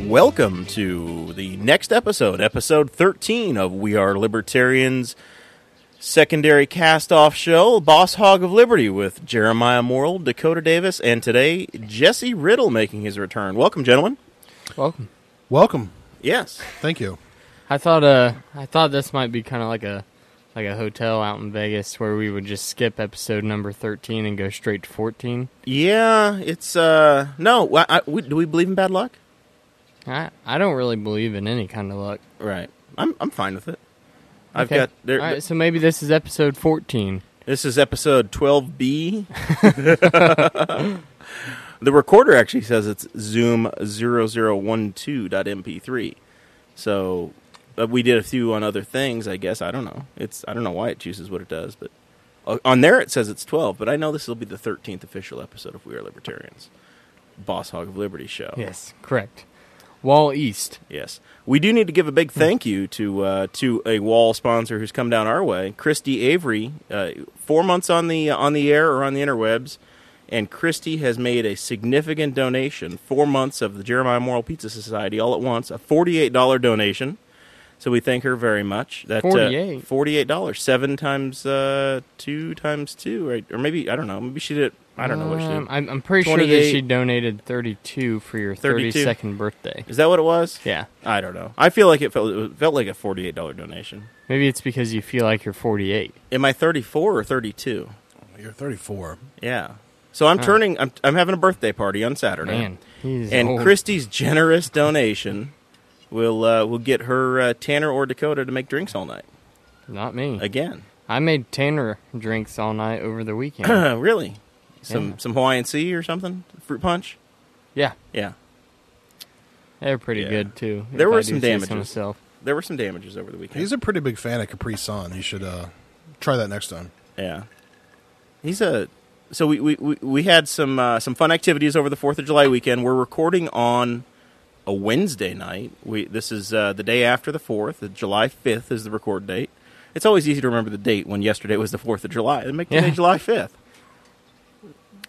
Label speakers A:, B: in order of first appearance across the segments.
A: Welcome to the next episode, episode 13 of We Are Libertarians secondary cast-off show, Boss Hog of Liberty with Jeremiah Morrill, Dakota Davis, and today Jesse Riddle making his return. Welcome, gentlemen.
B: Welcome.
C: Welcome.
A: Yes.
C: Thank you.
B: I thought uh I thought this might be kind of like a like a hotel out in Vegas where we would just skip episode number 13 and go straight to 14.
A: Yeah, it's uh no, I, I, we, do we believe in bad luck?
B: I I don't really believe in any kind of luck.
A: Right. I'm I'm fine with it. I've
B: Okay.
A: got there,
B: All right, so maybe this is episode 14.
A: This is episode 12B. the recorder actually says it's zoom 0012.mp3. So uh, we did a few on other things, I guess. I don't know. It's I don't know why it chooses what it does, but uh, on there it says it's 12, but I know this will be the 13th official episode of We Are Libertarians. Boss Hog of Liberty show.
B: Yes, correct. Wall East.
A: Yes, we do need to give a
B: Hmm.
A: big thank you to uh, to a wall sponsor who's come down our way, Christy Avery. Uh, four months on the uh, on the air or on the interwebs, and Christy has made a significant donation. Four months of the Jeremiah Moral Pizza Society all at once, a forty eight dollar donation. So we thank her very much. That uh,
B: $48.
A: forty eight dollars, seven times uh, two times two, right? Or maybe I don't know. Maybe she did. it- I don't know what she
B: Um,
A: did.
B: I'm, I'm pretty sure that
A: 28.
B: she donated 32 for your
A: 32.
B: 32nd birthday.
A: Is that what it was?
B: Yeah.
A: I don't know. I feel like it felt it felt like a forty eight dollar donation.
B: Maybe it's because you feel like you're 48.
A: Am I 34 or 32?
C: You're 34.
A: Yeah. So I'm turning. I'm, I'm having a birthday party on Saturday,
B: Man, he's
A: and
B: old.
A: Christy's generous donation will uh, will get her uh, Tanner or Dakota to make drinks all night
B: Not me.
A: again.
B: I made Tanner drinks all night over the weekend.
A: Uh, really? Some
B: Yeah.
A: some Hawaiian sea or something? Fruit punch?
B: yeah,
A: Yeah.
B: they're pretty
A: Yeah.
B: good too.
A: There
B: if
A: were
B: I do
A: some
B: say so
A: damages.
B: myself.
A: There were some damages over the weekend.
C: He's a pretty big fan of Capri Sun. He should uh, try that next time.
A: Yeah. He's a. So we we, we, we had some uh, some fun activities over the Fourth of July weekend. We're recording on a Wednesday night. We this is uh, the day after the Fourth. July fifth is the record date. It's always easy to remember the date when yesterday was the Fourth of July. They make today
B: Yeah.
A: July fifth.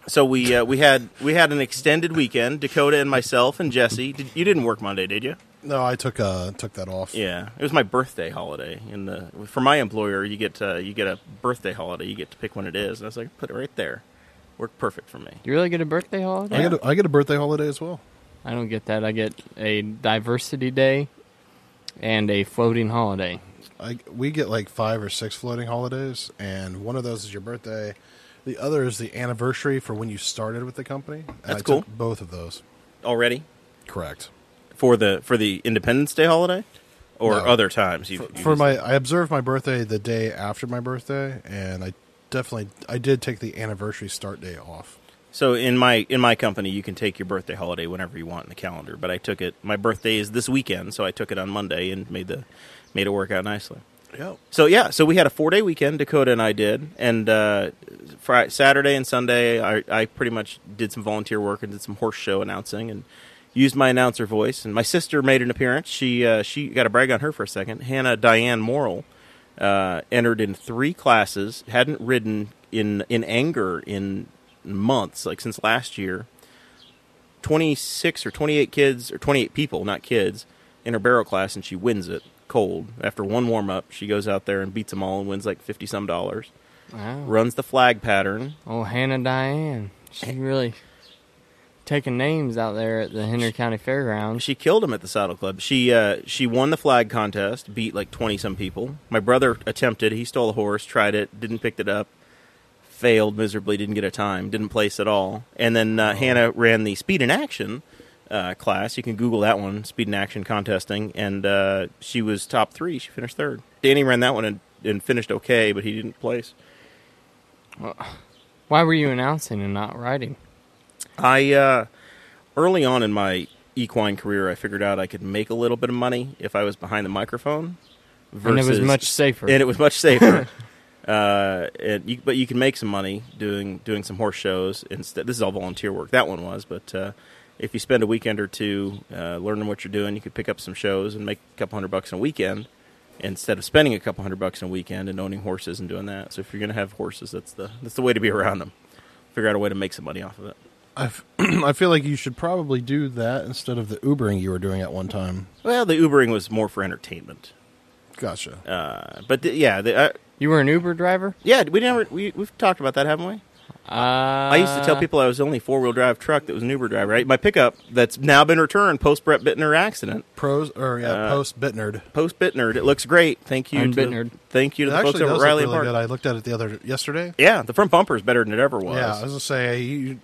A: So we uh, we had we had an extended weekend. Dakota and myself and Jesse. Did, you didn't work Monday, did you?
C: No, I took uh, took that off.
A: Yeah, it was my birthday holiday, and the, for my employer, you get uh, you get a birthday holiday. You get to pick when it is, and I was like, put it right there. Worked perfect for me.
B: You really get a birthday holiday?
C: I get a, I get a birthday holiday as well.
B: I don't get that. I get a diversity day and a floating holiday.
C: I, we get like five or six floating holidays, and one of those is your birthday. The other is the anniversary for when you started with the company. and
A: That's
C: I
A: cool.
C: Took both of those.
A: Already
C: Correct.
A: for the for the Independence Day holiday, or
C: No.
A: other times you, you
C: For my, I observed my birthday the day after my birthday, and I definitely I did take the anniversary start day off.
A: So in my in my company, you can take your birthday holiday whenever you want in the calendar. But I took it. My birthday is this weekend, so I took it on Monday and made the made it work out nicely.
C: Yep.
A: So yeah, so we had a four day weekend. Dakota and I did, and uh, Friday, Saturday and Sunday, I, I pretty much did some volunteer work and did some horse show announcing and used my announcer voice. And my sister made an appearance. She uh, she got to brag on her for a second. Hannah Diane Morrill uh, entered in three classes. Hadn't ridden in in anger in months, like since last year. 26 or 28 kids or 28 people, not kids, in her barrel class, and she wins it cold. After one warm up, she goes out there and beats them all and wins like 50 some dollars.
B: Wow.
A: Runs the flag pattern.
B: Oh, Hannah Diane. She really taking names out there at the Henry County Fairgrounds.
A: She killed him at the saddle club. She uh, she won the flag contest, beat like 20 some people. My brother attempted. He stole a horse, tried it, didn't pick it up, failed miserably, didn't get a time, didn't place at all. And then uh, Hannah ran the speed in action. uh, class. You can Google that one, speed and action contesting, and uh, she was top three. She finished third. Danny ran that one and, and finished okay, but he didn't place.
B: Why were you announcing and not riding?
A: I uh, early on in my equine career, I figured out I could make a little bit of money if I was behind the microphone.
B: And it was much safer.
A: And it was much safer. uh, and you, but you can make some money doing doing some horse shows instead. This is all volunteer work. That one was, but uh, if you spend a weekend or two uh, learning what you're doing, you could pick up some shows and make a couple hundred bucks in a weekend instead of spending a couple hundred bucks in a weekend and owning horses and doing that. So if you're going to have horses, that's the that's the way to be around them. Figure out a way to make some money off of it.
C: I f- I feel like you should probably do that instead of the Ubering you were doing at one time.
A: Well, the Ubering was more for entertainment.
C: Gotcha.
A: Uh, but the, yeah, the, uh,
B: You were an Uber driver?
A: yeah, we never we we've talked about that, haven't we?
B: Uh, I
A: I used to tell people I was the only four wheel drive truck that was an Uber driver. Right? My pickup that's now been returned post Brett Bittner accident.
C: Pros or yeah,
A: Uh,
C: post Bitnerd.
A: Post Bittner, it looks great. Thank you,
B: I'm
A: to the-
B: Bittnerd.
A: thank you
C: It
A: to the folks
C: actually
A: over at
C: does
A: Riley
C: look
A: Park.
C: really good. I looked at it the other yesterday.
A: Yeah, the front bumper is better than it ever was.
C: Yeah, I was gonna say you, you-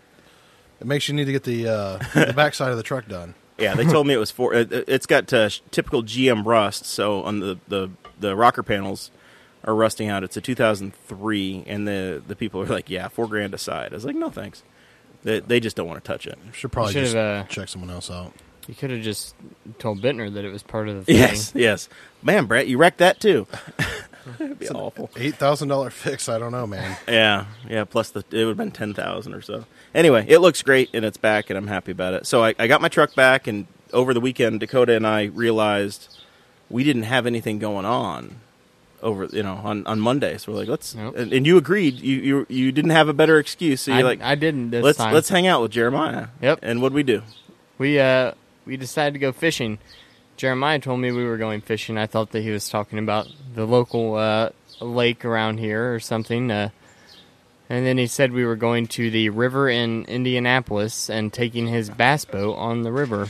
C: it makes you need to get the uh, the backside of the truck done.
A: Yeah, they told me it was four. It, it's got uh, sh- typical GM rust. So on the, the the rocker panels are rusting out. It's a 2003, and the the people are like, "Yeah, four grand a side." I was like, "No, thanks." They they just don't want to touch it.
C: Should probably
B: Should've,
C: just
B: uh,
C: check someone else out.
B: You could have just told Bittner that it was part of the thing.
A: Yes, yes, man, Brett, you wrecked that too. That'd be awful.
C: Eight thousand dollar fix. I don't know, man.
A: Yeah, yeah. Plus the it would have been ten thousand or so. Anyway, it looks great and it's back and I'm happy about it. So I, I got my truck back and over the weekend Dakota and I realized we didn't have anything going on over you know on, on Monday. So we're like let's
B: Nope.
A: and, and you agreed you, you you didn't have a better excuse. So you're
B: I,
A: like
B: I didn't this
A: let's
B: time.
A: let's hang out with Jeremiah.
B: Yep.
A: And what would we do?
B: We uh we decided to go fishing. Jeremiah told me we were going fishing. I thought that he was talking about the local uh, lake around here or something. Uh, and then he said we were going to the river in Indianapolis and taking his bass boat on the river.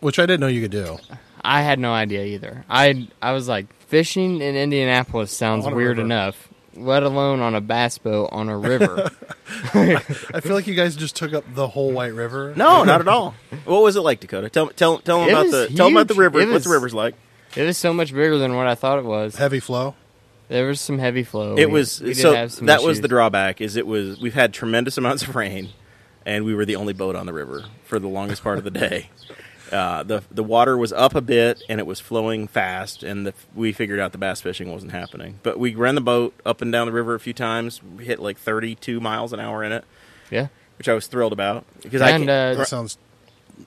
C: Which I didn't know you could do.
B: I had no idea either. I I was like fishing in Indianapolis sounds
C: On a
B: weird
C: river.
B: enough, let alone on a bass boat on a river.
C: I feel like you guys just took up the whole White River.
A: No, not at all. What was it like, Dakota? Tell tell tell them
B: It
A: about
B: was
A: the tell them about the
B: huge.
A: river.
B: It
A: What's the
B: was-
A: river's like?
B: it was so much bigger than what I thought it was.
C: heavy flow.
B: There was some heavy flow.
A: it
B: We-
A: was
B: we did
A: so
B: have some
A: that was
B: issues.
A: the drawback is it was we've had tremendous amounts of rain and we were the only boat on the river for the longest part of the day uh, the the water was up a bit and it was flowing fast and the, we figured out the bass fishing wasn't happening but we ran the boat up and down the river a few times we hit like 32 miles an hour in it
B: yeah.
A: which I was thrilled about because I
B: And
A: can't-
B: uh,
C: That sounds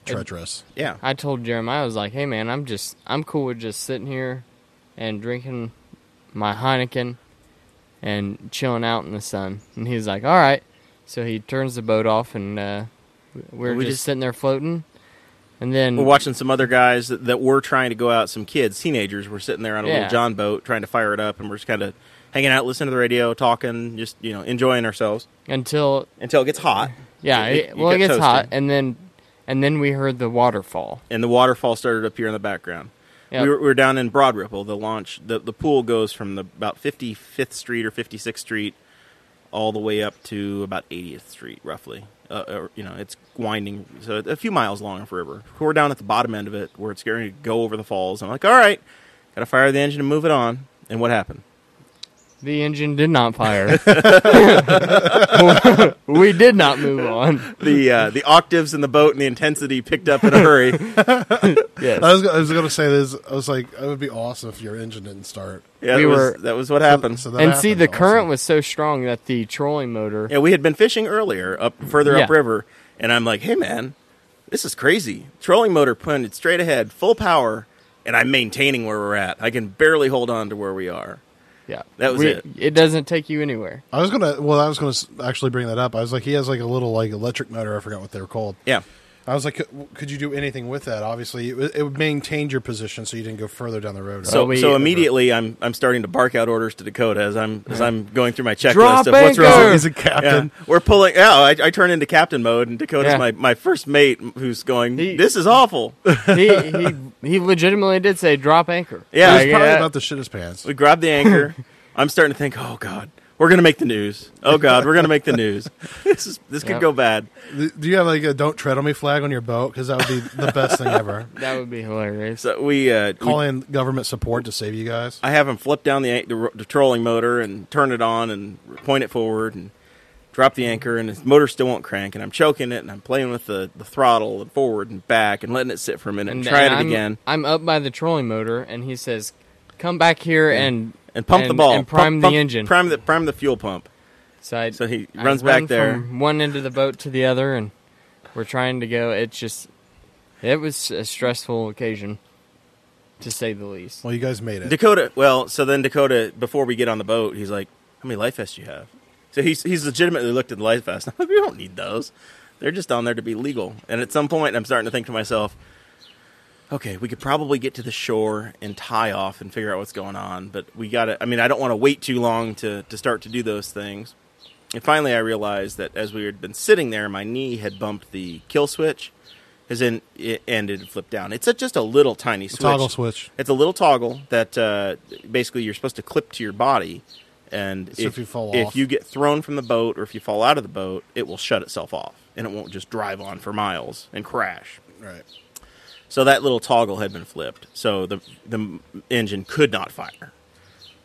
C: treacherous.
A: yeah
B: I told Jeremiah, I was like, "Hey, man, I'm just, I'm cool with just sitting here and drinking my Heineken and chilling out in the sun." And he's like, "All right." So he turns the boat off, and uh, we're
A: We
B: just,
A: just-
B: sitting there floating. And then
A: we're watching some other guys that, that were trying to go out. Some kids, teenagers, were sitting there on a
B: Yeah.
A: little John boat trying to fire it up, and we're just kind of hanging out, listening to the radio, talking, just you know, enjoying ourselves
B: until
A: until it gets hot.
B: yeah,
A: It-
B: it-
A: you
B: well, it
A: get
B: gets hot,
A: toasted.
B: and then and then we heard the waterfall.
A: and the waterfall started up here in the background.
B: Yep.
A: We, were, we were down in Broad Ripple. The launch, the, the pool goes from the about 55th Street or 56th Street all the way up to about 80th Street, roughly. Uh, or, you know, it's winding, so a few miles long of river. We're down at the bottom end of it where it's going to go over the falls. I'm like, all right, got to fire the engine and move it on. And what happened?
B: The engine did not fire. we did not move on.
A: The uh, the octaves in the boat and the intensity picked up in a hurry.
B: Yes.
C: I was I was gonna say this. I was like, it would be awesome if your engine didn't start.
A: Yeah,
B: We
A: that was-
B: were-
A: that was what happened.
C: So that
B: and see,
C: happened.
B: the
C: Awesome.
B: current was so strong that the trolling motor
A: Yeah, we had been fishing earlier, up further
B: Yeah.
A: upriver, and I'm like, "Hey, man, this is crazy." Trolling motor pointed straight ahead, full power, and I'm maintaining where we're at. I can barely hold on to where we are.
B: Yeah,
A: That was
B: We-
A: it.
B: It doesn't take you anywhere.
C: I was gonna. Well, I was gonna s- actually bring that up. I was like, he has like a little like electric motor. I forgot what they were called.
A: Yeah,
C: I was like, could, could you do anything with that? Obviously, it, wa- it maintained your position, so you didn't go further down the road.
A: so
B: Well, we-
A: so immediately I'm I'm starting to bark out orders to Dakota as I'm as I'm going through my checklist
B: Drop
A: of what's
B: anchor!
A: wrong.
C: he's a
A: Yeah,
C: captain.
A: we're pulling. Yeah, I, I turn into captain mode, and Dakota's
B: Yeah.
A: my, my first mate, who's going.
B: He-
A: This is awful.
B: He he, he legitimately did say drop anchor.
A: Yeah,
C: He's
A: I-
C: probably
A: yeah.
C: about to shit his pants.
A: We grab the anchor. I'm starting to think, oh god, We're gonna make the news. Oh God, we're gonna make the news. This is this could
B: Yep.
A: go bad.
C: Th- Do you have like a "Don't tread on me" flag on your boat? Because that would be the best thing ever.
B: That would be hilarious.
A: So we uh, we-
C: Call in government support to save you guys.
A: I have him flip down the, the, the trolling motor and turn it on and point it forward and drop the anchor and his motor still won't crank and I'm choking it and I'm playing with the, the throttle and forward and back and letting it sit for a minute and, trying it
B: I'm-
A: again
B: I'm up by the trolling motor, and he says, "Come back here and
A: and pump the ball
B: and prime
A: Pump-
B: the
A: pump-
B: engine."
A: prime the prime the fuel pump.
B: So, I,
A: So he
B: I
A: runs
B: run
A: back there.
B: from one end of the boat to the other, and we're trying to go. It's just, it was a stressful occasion, to say the least.
C: Well, you guys made it.
A: Dakota. Well, so then Dakota, before we get on the boat, he's like, "How many life vests you have?" So he's he's legitimately looked at the life vests. I'm like, "We don't need those. They're just on there to be legal." And at some point, I'm starting to think to myself, "Okay, we could probably get to the shore and tie off and figure out what's going on." But we got to. I mean, I don't want to wait too long to to start to do those things. And finally, I realized that as we had been sitting there, my knee had bumped the kill switch, as in, it, and it flipped down. It's a, just a little tiny switch.
C: Toggle switch.
A: It's a little toggle that uh, basically you're supposed to clip to your body, and
C: So if you fall
A: if
C: off.
A: you get thrown from the boat or if you fall out of the boat, it will shut itself off and it won't just drive on for miles and crash.
C: Right.
A: So that little toggle had been flipped, so the the engine could not fire.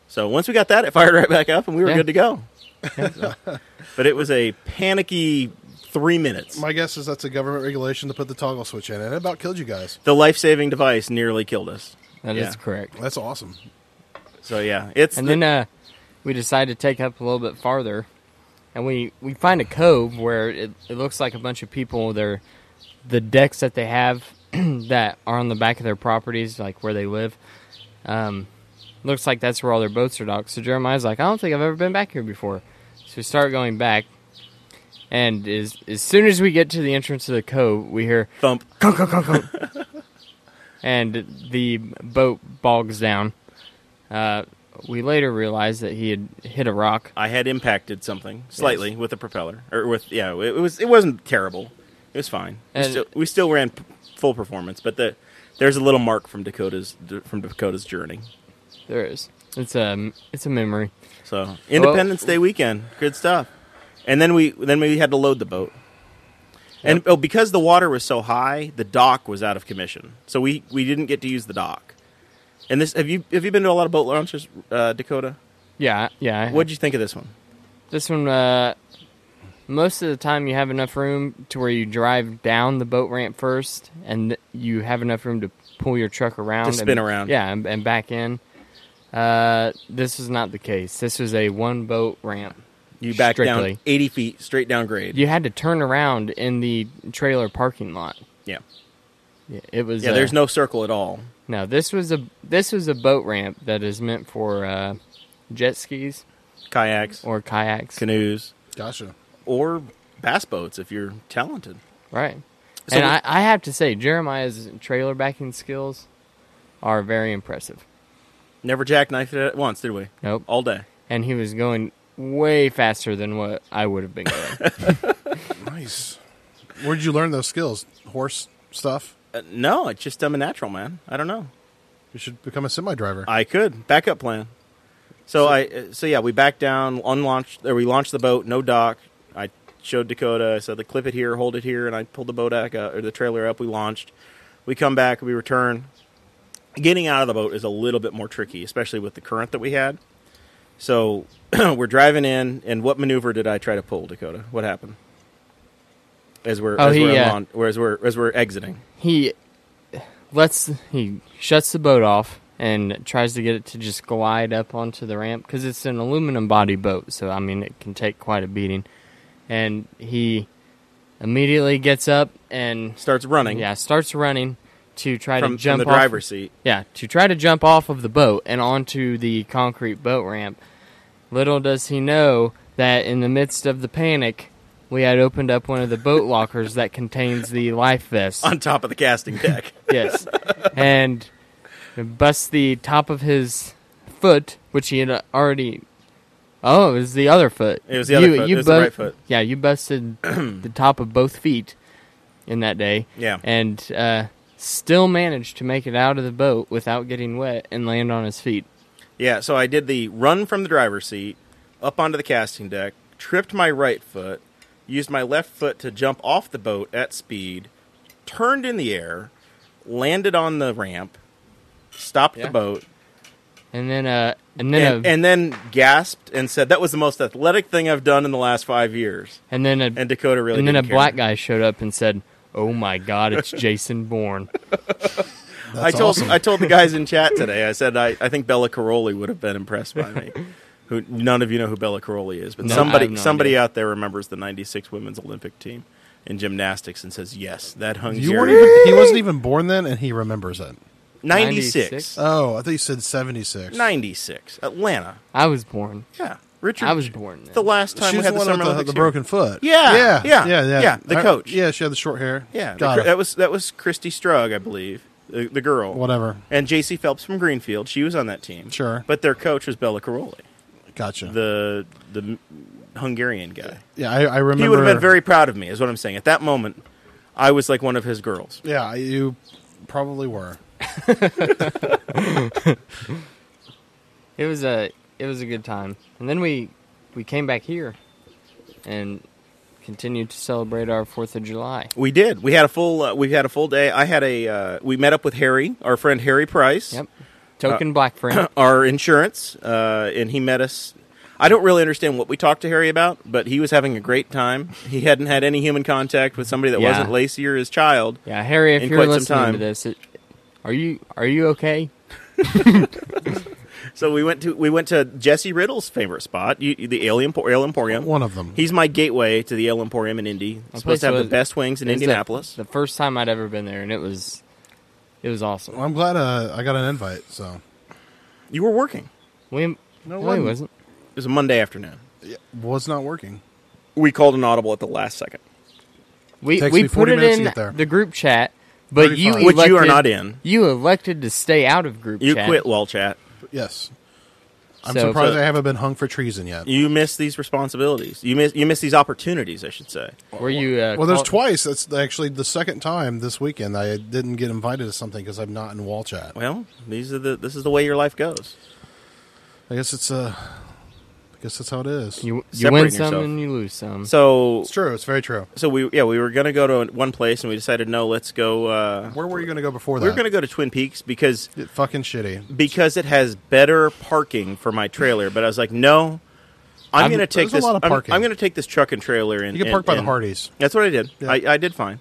A: So once we got that, it fired right back up, and we were
B: Yeah.
A: good to go. but it was a panicky three minutes.
C: My guess is that's a government regulation to put the toggle switch in, and it about killed you guys.
A: the life saving device nearly killed us.
B: That is
A: Yeah.
B: correct.
C: That's awesome.
A: So yeah, it's
B: And then uh, we decide to take up a little bit farther, and we, we find a cove where it, it looks like a bunch of people. They're the decks that they have that are on the back of their properties, like where they live. Um, looks like that's where all their boats are docked. So Jeremiah's like, I don't think I've ever been back here before. So we start going back, and as as soon as we get to the entrance of the cove, we hear
A: thump.
B: and the boat bogs down. Uh, we later realized that he had hit a rock.
A: I had impacted something slightly with the propeller, or with yeah, it was it wasn't terrible. It was fine. We
B: And-
A: still, we still ran p- full performance, but the, there's a little mark from Dakota's from Dakota's journey.
B: There is. It's a it's a memory.
A: So Independence Day weekend, good stuff. And then we then we had to load the boat, and oh, because the water was so high, the dock was out of commission, so we we didn't get to use the dock. And this have you have you been to a lot of boat launches, uh, Dakota?
B: Yeah, yeah.
A: What'd you think of this one?
B: This one, uh, most of the time, you have enough room to where you drive down the boat ramp first, and you have enough room to pull your truck around,
A: To spin
B: and-
A: around.
B: Yeah, and, and back in. Uh, this was not the case. This was a one boat ramp.
A: You back down
B: Strictly.
A: eighty feet, straight down grade.
B: You had to turn around in the trailer parking lot.
A: yeah.
B: Yeah, It was
A: Yeah,
B: uh,
A: there's no circle at all.
B: No, this was a this was a boat ramp that is meant for uh, jet skis
A: Kayaks,
B: or kayaks,
A: canoes,
C: Gotcha.
A: or bass boats if you're talented.
B: right?
A: So
B: and
A: we-
B: I, I have to say, Jeremiah's trailer backing skills are very impressive.
A: Never jackknifed it at once, did we?
B: Nope,
A: All day.
B: and he was going way faster than what I would have been going.
C: Nice. Where'd you learn those skills? Horse stuff.
A: Uh, no, it's just I'm a natural man. I don't know.
C: You should become a semi driver.
A: I could backup plan. So, I uh, so yeah, we backed down, unlaunched, or we launched the boat, no dock. I showed Dakota. I said, "The clip it here, hold it here," and I pulled the boat back up, or the trailer up. We launched. We come back. We return. Getting out of the boat is a little bit more tricky, especially with the current that we had. So we're driving in, and what maneuver did I try to pull, Dakota? What happened? As we're
B: Oh,
A: as,
B: he,
A: we're
B: uh,
A: laun- or as we're as we're exiting,
B: he lets he shuts the boat off and tries to get it to just glide up onto the ramp because it's an aluminum body boat so i mean it can take quite a beating and he immediately gets up and
A: starts running
B: yeah starts running to try
A: from, from
B: to jump
A: the
B: off-
A: driver's seat.
B: yeah to try to jump off of the boat and onto the concrete boat ramp little does he know that in the midst of the panic we had opened up one of the boat lockers that contains the life vests
A: on top of the casting deck.
B: Yes. and busts the top of his foot, which he had already. Oh, it was the other foot.
A: It was the other foot. It was the
B: bu-
A: right foot.
B: Yeah, you busted the top of both feet in that day.
A: Yeah.
B: And uh, still managed to make it out of the boat without getting wet and land on his feet.
A: yeah, so I did the run from the driver's seat, up onto the casting deck, tripped my right foot, used my left foot to jump off the boat at speed, turned in the air, landed on the ramp, stopped
B: Yeah.
A: the boat,
B: And then, uh, and
A: and,
B: then, a, and,
A: and then gasped and said, "That was the most athletic thing I've done in the last five years."
B: then a,
A: And Dakota really
B: and then a
A: didn't care.
B: black guy showed up and said, "Oh my God, it's Jason Bourne."
A: I told I told the guys in chat today. I said I, I think Bella Caroli would have been impressed by me. Who none of you know who Bella Caroli is, but
B: No, I
A: somebody
B: have no
A: somebody
B: idea.
A: out there remembers the '96 women's Olympic team in gymnastics and says yes, that
C: You weren't
A: Hungarian
C: even, he wasn't even born then, and he remembers it.
A: '96
C: Oh, I thought you said 76.
A: '96 Uh, Atlanta.
B: I was born.
A: Yeah, Richard.
B: I was born then.
A: the last time
C: She
A: we
C: was the
A: had the,
C: one
A: summer
C: with the,
A: Olympics
C: the
A: here.
C: broken foot.
A: Yeah,
C: yeah,
A: yeah,
C: yeah, yeah.
A: yeah, the
C: I-
A: coach.
C: yeah, she had the short hair.
A: Yeah,
C: Got
A: the-
C: it.
A: that was that was Christy Strug, I believe, the, the girl.
C: Whatever.
A: And J.C. Phelps from Greenfield. She was on that team.
C: Sure.
A: but their coach was Bella Caroli,
C: Gotcha.
A: the the Hungarian guy.
C: yeah, I, I remember.
A: He would have been very proud of me, is what I'm saying. At that moment, I was like one of his girls.
C: Yeah, you probably were.
B: It was a it was a good time. And then we we came back here and continued to celebrate our 4th of July.
A: We did. We had a full. Uh, we had a full day. I had a. Uh, we met up with Harry, our friend Harry Price.
B: Yep.
A: Uh,
B: Token black friend.
A: our insurance, uh, and he met us. I don't really understand what we talked to Harry about, but he was having a great time. He hadn't had any human contact with somebody that
B: Yeah.
A: wasn't Lacey or his child.
B: Yeah, Harry, if
A: In
B: you're
A: quite some
B: listening
A: time.
B: to this, it, are you are you okay?
A: So we went to we went to Jesse Riddle's favorite spot, you, you- the Ale, Empor- Ale Emporium.
C: One of them.
A: He's my gateway to the Ale Emporium in Indy. It's
B: place
A: supposed to have
B: was-
A: the best wings in
B: It was the-
A: Indianapolis.
B: The, first time I'd ever been there and it was it was awesome.
C: Well, I'm glad uh, I got an invite. So
A: you were working.
B: We
C: No,
B: no,
C: it
B: he
C: wasn't.
B: wasn't.
A: It was a Monday afternoon.
C: was not working.
A: We called an audible at the last second,
B: We
C: Takes
B: we
C: me
B: put
C: 40
B: it
C: minutes to
B: in
C: get there.
B: the group chat, but you
C: 35.
A: which
B: elected,
A: you are not in.
B: You elected to stay out of group
A: You
B: chat.
A: quit lol chat.
C: Yes, I'm
B: So-
C: surprised
A: So-
C: I haven't been hung for treason yet.
A: You miss these responsibilities. You miss you miss these opportunities, I should say.
B: Were you uh,
C: well, there's
B: called-
C: twice. That's actually the second time this weekend I didn't get invited to something because I'm not in wall chat.
A: Well, these are the this is the way your life goes.
C: I guess it's uh, I guess that's how it is.
B: You, you
A: Separating
B: win some
A: yourself.
B: and you lose some.
A: So
C: it's true. It's very true.
A: so we yeah we were gonna go to one place and we decided no let's go. Uh,
C: Where were you going to go before
A: we
C: that?
A: were gonna go to Twin Peaks because
C: It fucking shitty.
A: because it has better parking for my trailer. But I was like no, I'm,
B: I'm-
A: gonna take
C: there's a
A: this.
C: lot of
A: I'm,
C: parking.
A: I'm gonna take this truck and trailer and
C: You can
A: and-
C: park by the
A: and-
C: Hardys.
A: That's what I did.
C: Yeah.
A: I, I did fine.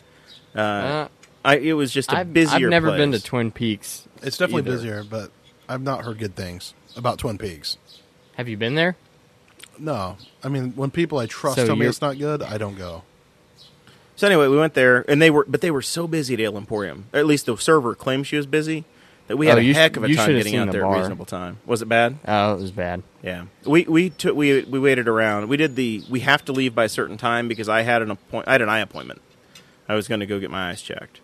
A: Uh,
B: Uh,
A: I it was just a
B: I've,
A: busier.
B: I've never
A: place.
B: been to Twin Peaks.
C: It's definitely
A: either.
C: busier, but I've not heard good things about Twin Peaks.
B: Have you been there?
C: No, I mean when people I trust
B: So
C: tell me
B: you're-
C: it's not good, I don't go.
A: So anyway, we went there, and they were, but they were so busy at Ale Emporium. Or at least the server claimed she was busy that we had
B: Oh,
A: a
B: you sh-
A: heck of a
B: you
A: time
B: should've
A: getting
B: seen
A: out
B: the
A: there at
B: bar.
A: a reasonable time. Was it bad?
B: Oh, it was bad.
A: Yeah, we we took we we waited around. We did the we have to leave by a certain time because I had an appoint. I had an eye appointment. I was going to go get my eyes checked.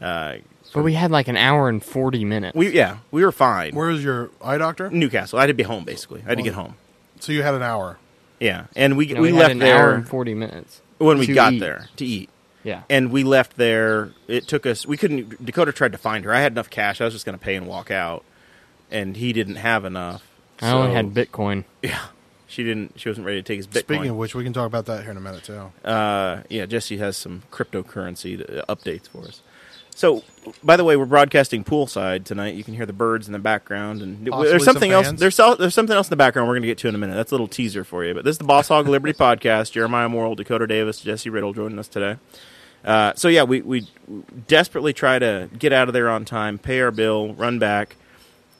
A: Uh,
B: But we had like an hour and 40 minutes.
A: we yeah, we were fine.
C: Where is your eye doctor?
A: Newcastle. I had to be home basically. I had to get home.
C: So you had an hour.
A: Yeah, and we
B: You know,
A: we,
B: had
A: left
B: an hour
A: there
B: and 40 minutes.
A: when we
B: to
A: got
B: eat.
A: there to eat.
B: Yeah.
A: and we left there. It took us. We couldn't. Dakota tried to find her. I had enough cash. I was just going to pay and walk out, and he didn't have enough.
B: I only
A: so-
B: had Bitcoin.
A: Yeah, she didn't. She wasn't ready to take his Bitcoin.
C: Speaking of which, we can talk about that here in a minute too.
A: uh, yeah, Jesse has some cryptocurrency to, uh, updates for us. So, by the way, we're broadcasting poolside tonight. You can hear the birds in the background, and
C: Possibly
A: there's something
C: some
A: else.
C: fans.
A: There's so- there's something else in the background we're going to get to in a minute. That's a little teaser for you. But this is the Boss Hog Liberty podcast. Jeremiah Morrill, Dakota Davis, Jesse Riddle joining us today. Uh, so yeah, we we desperately try to get out of there on time, pay our bill, run back.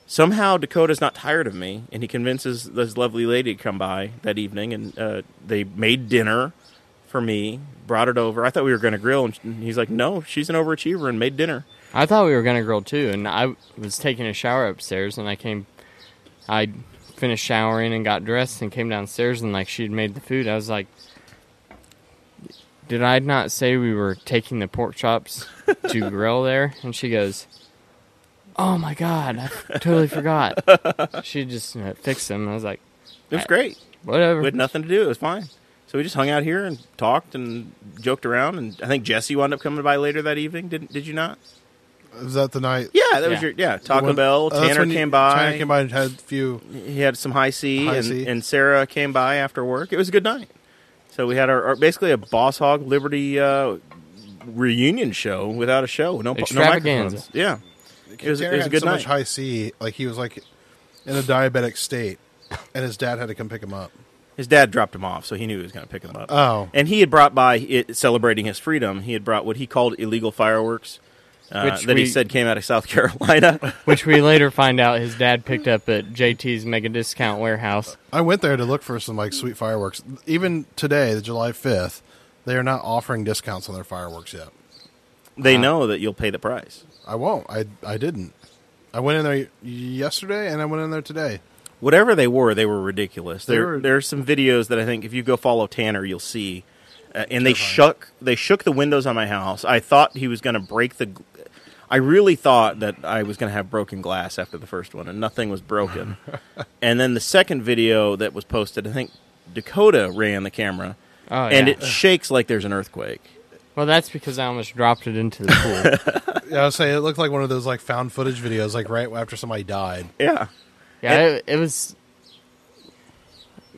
A: Somehow Dakota's not tired of me, and he convinces this lovely lady to come by that evening, and uh, they made dinner for me, brought it over. I thought we were going to grill, and sh- and he's like, "No, she's an overachiever," and made dinner.
B: I thought we were going to grill too, and I was taking a shower upstairs, and I came. I finished showering and got dressed and came downstairs, and like she'd made the food. I was like, Did I not say we were taking the pork chops to grill there? And she goes, Oh my God, I totally forgot. she just uh, fixed them. I was like,
A: It was
B: I-
A: great.
B: Whatever.
A: We had nothing to do. It was fine. So we just hung out here and talked and joked around, and I think Jesse wound up coming by later that evening. Did not Did you not?
C: Is that the night?
A: Yeah, that was
B: Yeah.
A: your yeah. Taco
C: when-
A: Bell.
C: oh, that's
A: Tanner
C: when you-
A: came by.
C: Tanner came by and had a few.
A: He had some high C,
C: High
A: and,
C: C.
A: and Sarah came by after work. It was a good night. So we had our, our basically a Boss Hog Liberty uh, reunion show without a show, no no
B: Extravaganza.
A: microphones. Yeah, it was,
C: Tanner
A: it was a
C: had
A: good
C: so
A: night.
C: much high C, like he was like in a diabetic state, and his dad had to come pick him up.
A: His dad dropped him off, so he knew he was going to pick him up.
C: Oh.
A: and he had brought by it, celebrating his freedom. He had brought what he called illegal fireworks uh,
B: Which
A: that he
B: we-
A: said came out of South Carolina.
B: Which we later find out his dad picked up at JT's mega discount warehouse.
C: I went there to look for some like sweet fireworks. Even today, the July fifth, they are not offering discounts on their fireworks yet.
A: they
B: Uh-huh.
A: know that you'll pay the price.
C: I won't. I I didn't. I went in there yesterday, and I went in there today.
A: whatever they were, they were ridiculous.
C: They
A: There,
C: were-
A: there are some videos that I think if you go follow Tanner, you'll see. Uh, and they shook, they shook the windows on my house. I thought he was going to break the. gl- I really thought that I was going to have broken glass after the first one, and nothing was broken. and then the second video that was posted, I think Dakota ran the camera,
B: Oh,
A: and
B: yeah.
A: it shakes like there's an earthquake.
B: Well, that's because I almost dropped it into the pool.
C: Yeah, I was saying it looked like one of those like found footage videos, like right after somebody died.
A: Yeah,
B: yeah, it, it was.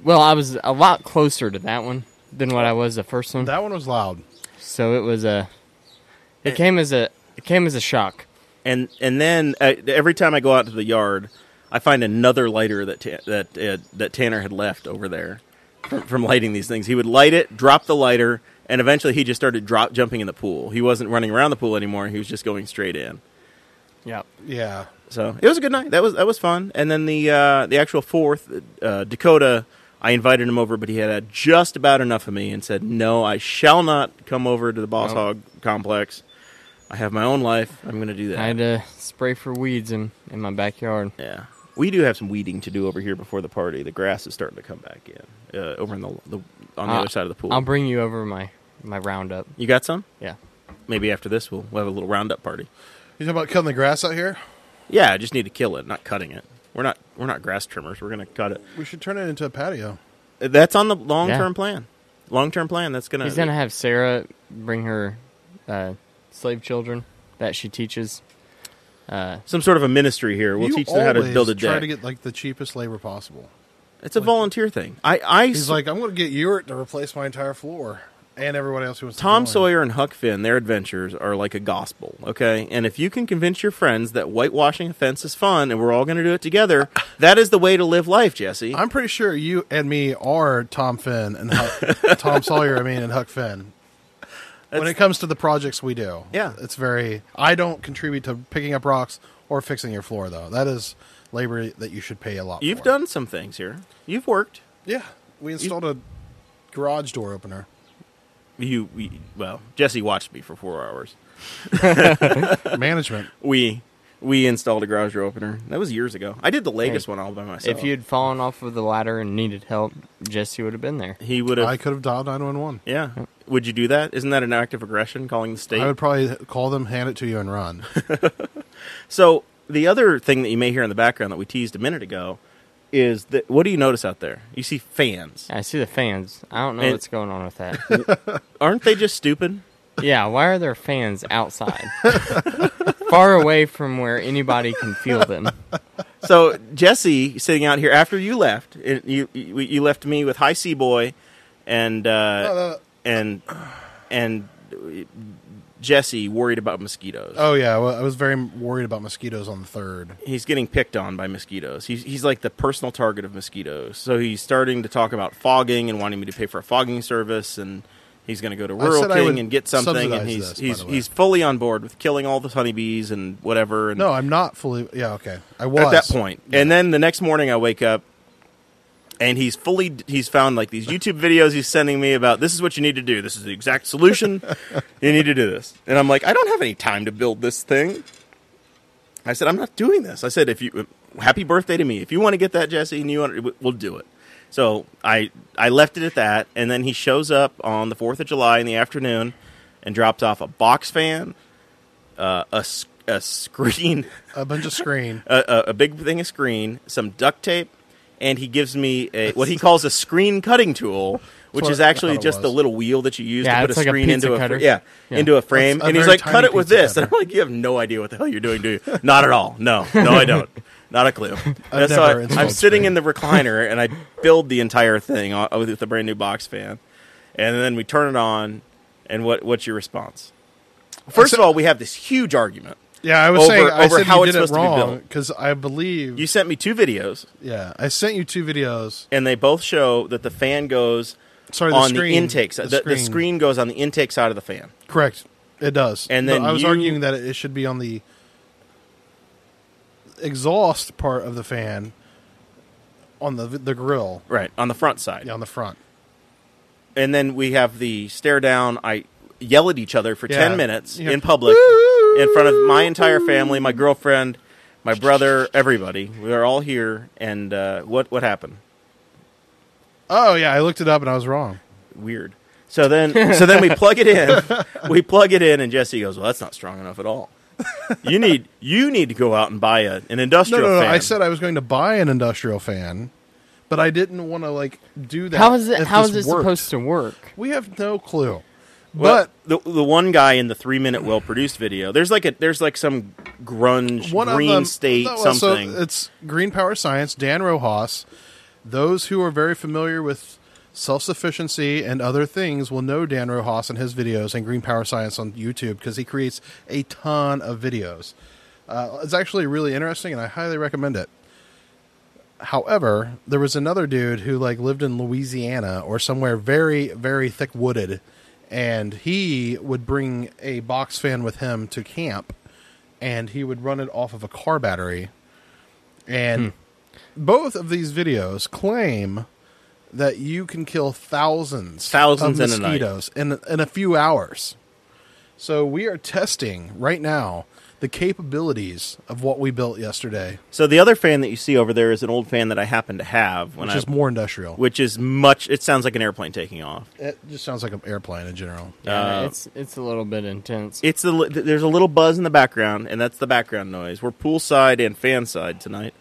B: Well, I was a lot closer to that one than what I was the first one.
C: That one was loud.
B: So it was a. It came as a. It came as a shock.
A: and and then uh, every time I go out to the yard, I find another lighter that ta- that uh, that Tanner had left over there from, from lighting these things. He would light it, drop the lighter, and eventually he just started drop jumping in the pool. He wasn't running around the pool anymore. He was just going straight in.
B: Yep.
C: Yeah,
A: So it was a good night. That was that was fun. And then the uh, the actual fourth uh, Dakota, I invited him over, but he had had just about enough of me and said, "No, I shall not come over to the Boss
B: Nope.
A: Hog complex. I have my own life. I'm going to do that."
B: I had to spray for weeds in in my backyard.
A: Yeah, we do have some weeding to do over here before the party. The grass is starting to come back in uh, over in the, the on the
B: Uh,
A: other side of the pool.
B: I'll bring you over my my roundup.
A: you got some?
B: Yeah.
A: Maybe after this we'll, we'll have a little roundup party.
C: you talking about cutting the grass out here?
A: Yeah, I just need to kill it, not cutting it. We're not we're not grass trimmers. We're gonna cut it.
C: We should turn it into a patio.
A: That's on the long term
B: Yeah.
A: plan. Long term plan. That's gonna.
B: He's gonna have Sarah bring her uh, slave children that she teaches. Uh,
A: some sort of a ministry here. We'll
C: You
A: teach them how to
C: always
A: build a
C: Try
A: deck.
C: to get like the cheapest labor possible.
A: it's a volunteer thing. I I
C: He's
A: s-
C: like, I'm going to get Ewart to replace my entire floor and everybody else who wants.
A: Tom
C: to join."
A: Sawyer and Huck Finn, their adventures are like a gospel, okay? And if you can convince your friends that whitewashing a fence is fun and we're all going to do it together, that is the way to live life, Jesse.
C: I'm pretty sure you and me are Tom Finn and Huck, Tom Sawyer. I mean, and Huck Finn. when it comes to the projects we do,
A: Yeah.
C: it's very. I don't contribute to picking up rocks or fixing your floor, though. That is labor that you should pay a lot.
A: You've
C: for.
A: done some things here. You've worked.
C: yeah. We installed a garage door opener.
A: You, we, well, Jesse watched me for four hours.
C: Management.
A: We we installed a garage door opener. That was years ago. I did the Lagos one all by myself.
B: If you'd fallen off of the ladder and needed help, Jesse would have been there.
A: he would
C: I
A: have.
C: could have dialed nine one one.
A: Yeah. Would you do that? Isn't that an act of aggression? Calling the state.
C: I would probably call them, hand it to you, and run.
A: So the other thing that you may hear in the background that we teased a minute ago is that what do you notice out there? You see fans.
B: I see the fans. I don't know
A: And-
B: what's going on with that.
A: Aren't they just stupid?
B: Yeah, why are there fans outside? Far away from where anybody can feel them.
A: So Jesse sitting out here after you left, it, you, you you left me with High C Boy and uh,
C: Uh,
A: and and Jesse worried about mosquitoes.
C: oh yeah, well, I was very worried about mosquitoes on the third.
A: He's getting picked on by mosquitoes. He's he's like the personal target of mosquitoes. So he's starting to talk about fogging and wanting me to pay for a fogging service and he's going to go to Rural
C: said I
A: King
C: would
A: and get something
C: subsidize
A: and he's
C: this, by
A: he's
C: the way.
A: he's fully on board with killing all the honeybees and whatever and
C: No, I'm not fully. Yeah, okay. I was
A: Mm. at that point. And then the next morning, I wake up, and he's fully he's found like these YouTube videos he's sending me about this is what you need to do. This is the exact solution. you need to do this. And I'm like, I don't have any time to build this thing. I said, I'm not doing this. I said, if you happy birthday to me. If you want to get that, Jesse, and you want, to, we'll do it. So I I left it at that, and then he shows up on the Fourth of July in the afternoon, and drops off a box fan, uh, a s- a screen
C: A bunch of screen.
A: a, a, a big thing of screen, some duct tape, and he gives me a, what he calls a screen cutting tool, which
C: what
A: is
C: I- I
A: actually
C: thought it
A: just the
C: was.
A: little wheel that you use
B: Yeah,
A: to put
B: it's
A: a
B: like a
A: screen
B: pizza
A: into
B: cutter.
A: a fr- yeah,
B: Yeah.
A: into a frame,
C: It's a
A: and he's
C: very
A: like, "Cut
C: tiny
A: it with
C: pizza
A: this," and
C: cutter.
A: I'm like, "You have no idea what the hell you're doing, do you?" Not at all. No, no, I don't. Not a clue. That's
C: never
A: how I- I'm
C: installed
A: sitting
C: Spring.
A: in the recliner, and I build the entire thing o- with a brand new box fan, and then we turn it on. And what what's your response? First of all, we have this huge argument.
C: Yeah, I was
A: Over-
C: saying I
A: over
C: said
A: how
C: you
A: it's
C: did it
A: supposed to be
C: wrong
A: built.
C: because I believe
A: You sent me two videos,
C: yeah I sent you two videos.
A: and they both show that the fan goes
C: Sorry, the
A: on
C: screen-
A: the intake side.
C: the
A: The, the
C: screen.
A: screen goes on the intake side of the fan.
C: Correct, it does.
A: And
C: But
A: then
C: I was
A: you-
C: arguing that it should be on the exhaust part of the fan on the the grill
A: Right on the front side,
C: yeah, on the front.
A: and then we have the stare down. I yell at each other for
C: Yeah.
A: ten minutes
C: Yeah.
A: in public, in front of my entire family, my girlfriend, my brother, everybody. We are all here, and uh, what what happened?
C: Oh yeah, I looked it up and I was wrong.
A: Weird. So then, so then we plug it in. We plug it in, and Jesse goes, "Well, that's not strong enough at all. You need you need to go out and buy a, an
C: No,
A: industrial
C: no, no.
A: fan."
C: I said I was going to buy an industrial fan, but I didn't want to like do that.
B: How is it?
C: if
B: How
C: this
B: is it
C: worked.
B: supposed to work?
C: We have no clue.
A: Well,
C: But
A: the the one guy in the three minute well produced video, there's like a there's like some grunge
C: one
A: green
C: of them,
A: state
C: no, well,
A: something.
C: So it's Green Power Science, Dan Rojas. Those who are very familiar with self sufficiency and other things will know Dan Rojas and his videos and Green Power Science on YouTube because he creates a ton of videos. Uh, it's actually really interesting, and I highly recommend it. However, there was another dude who like lived in Louisiana or somewhere very, very thick wooded, and he would bring a box fan with him to camp, and he would run it off of a car battery. And
A: Hmm.
C: both of these videos claim that you can kill thousands,
A: Thousands
C: of
A: in a night.
C: mosquitoes in in a few hours. So we are testing right now the capabilities of what we built yesterday,
A: So the other fan that you see over there is an old fan that I happen to have when
C: which
A: I
C: is more industrial.
A: which is much it sounds like an airplane taking off.
C: It just sounds like an airplane in general.
A: Uh,
B: Yeah, it's it's a little bit intense.
A: It's a, li- there's a little buzz in the background and that's the background noise. We're poolside and fan side tonight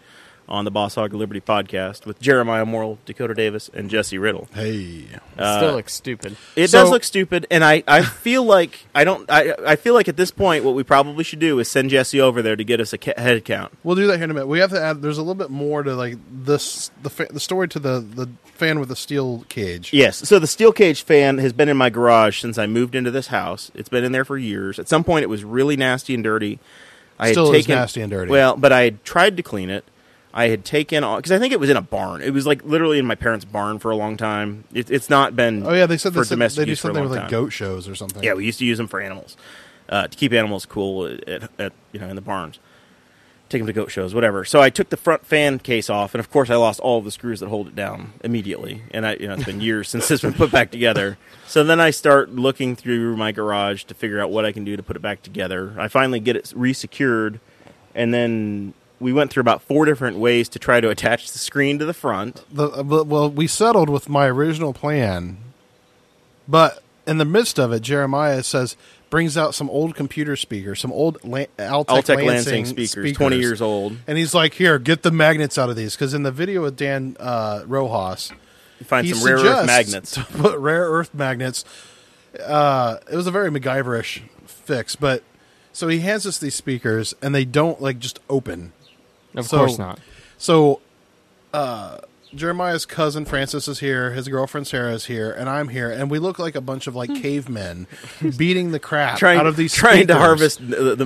A: on the Boss Hog of Liberty podcast with Jeremiah Morrill, Dakota Davis and Jesse Riddle.
C: Hey,
B: it
A: uh,
B: still looks stupid.
A: It
C: So-
A: does look stupid, and I, I feel like I don't I, I feel like at this point what we probably should do is send Jesse over there to get us a ca- head count.
C: we'll do that here in a minute. We have to add. There's a little bit more to like this the fa- the story to the the fan with the steel cage.
A: Yes. So the steel cage fan has been in my garage since I moved into this house. It's been in there for years. At some point, it was really nasty and dirty. I
C: Still is nasty and dirty.
A: Well, but I had tried to clean it. I had taken because I think it was in a barn. It was like literally in my parents' barn for a long time. It, it's not been.
C: Oh yeah, they said
A: for
C: they, said
A: domestic
C: they do
A: use for a
C: something
A: long
C: with
A: time.
C: like goat shows or something.
A: Yeah, we used to use them for animals uh, to keep animals cool at, at, at you know in the barns. Take them to goat shows, whatever. So I took the front fan case off, and of course I lost all the screws that hold it down immediately. And I, you know, it's been years since it's been put back together. So then I start looking through my garage to figure out what I can do to put it back together. I finally get it resecured, and then we went through about four different ways to try to attach the screen to the front.
C: The, uh, well- well, we settled with my original plan, but in the midst of it, Jeremiah says brings out some old computer speaker, some old La- Altec,
A: Altec
C: Lansing,
A: Lansing speakers, twenty years old.
C: and he's like, "Here, get the magnets out of these," because in the video with Dan uh, Rojas,
A: Find
C: he
A: some rare earth
C: suggests
A: magnets.
C: to put rare earth magnets. Uh, it was a very MacGyverish fix, but so he hands us these speakers, and they don't like just open.
B: Of
C: So-
B: course not.
C: So, uh, Jeremiah's cousin Francis is here, his girlfriend Sarah is here, and I'm here, and we look like a bunch of like cavemen beating the crap
A: Hmm. trying
C: out of these
A: trying to
C: speakers.
A: harvest the, the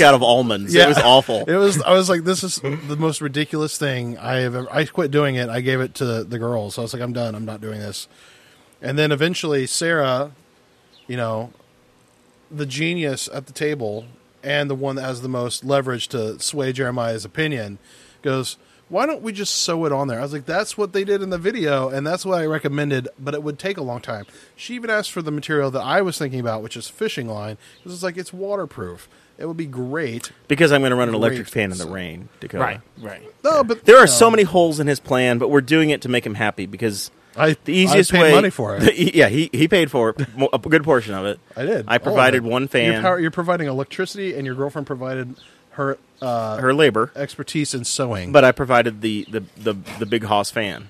A: milk out of almonds. It was awful.
C: It was. I was like, this is the most ridiculous thing I have. Ever, I quit doing it. I gave it to the girls. I was like, I'm done. I'm not doing this. And then eventually, Sarah, you know, the genius at the table and the one that has the most leverage to sway Jeremiah's opinion, goes. Why don't we just sew it on there? I was like, that's what they did in the video, and that's what I recommended, but it would take a long time. She even asked for the material that I was thinking about, which is fishing line, because it's like, it's waterproof. It would be great.
A: because I'm going to run an electric
C: Great.
A: fan in the rain, Dakota.
B: right.
C: No, but
A: There are
C: you
A: so
C: know,
A: many holes in his plan, but we're doing it to make him happy because
C: I-
A: the easiest
C: I paid
A: way.
C: money for it.
A: yeah, he, he paid for it, mo- a good portion of it.
C: I did. all
A: I
C: of
A: provided
C: it.
A: one
C: Your
A: fan,
C: power, you're providing electricity, and your girlfriend provided her uh,
A: her labor,
C: expertise in sewing.
A: but I provided the the the, the big Haas fan.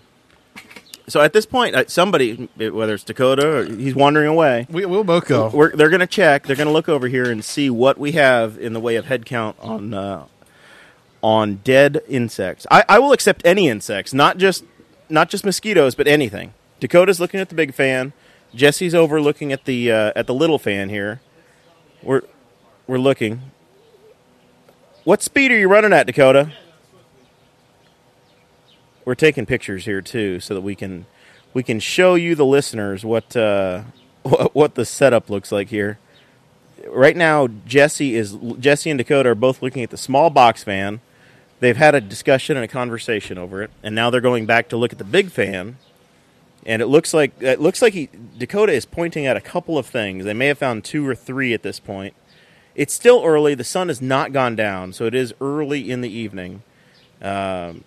A: So at this point, uh, somebody, whether it's Dakota or he's wandering away,
C: We, we'll both go.
A: we're, they're going to check. They're going to look over here and see what we have in the way of head count on uh, on dead insects. I, I will accept any insects, not just not just mosquitoes, but anything. Dakota's looking at the big fan. Jesse's over looking at the uh, at the little fan here. We're we're looking. What speed are you running at, Dakota? We're taking pictures here too, so that we can we can show you the listeners what uh, what, what the setup looks like here. Right now, Jesse is Jesse and Dakota are both looking at the small box van. They've had a discussion and a conversation over it, and now they're going back to look at the big fan. And it looks like it looks like he, Dakota is pointing at a couple of things. They may have found two or three at this point. It's still early. The sun has not gone down, so it is early in the evening. Um,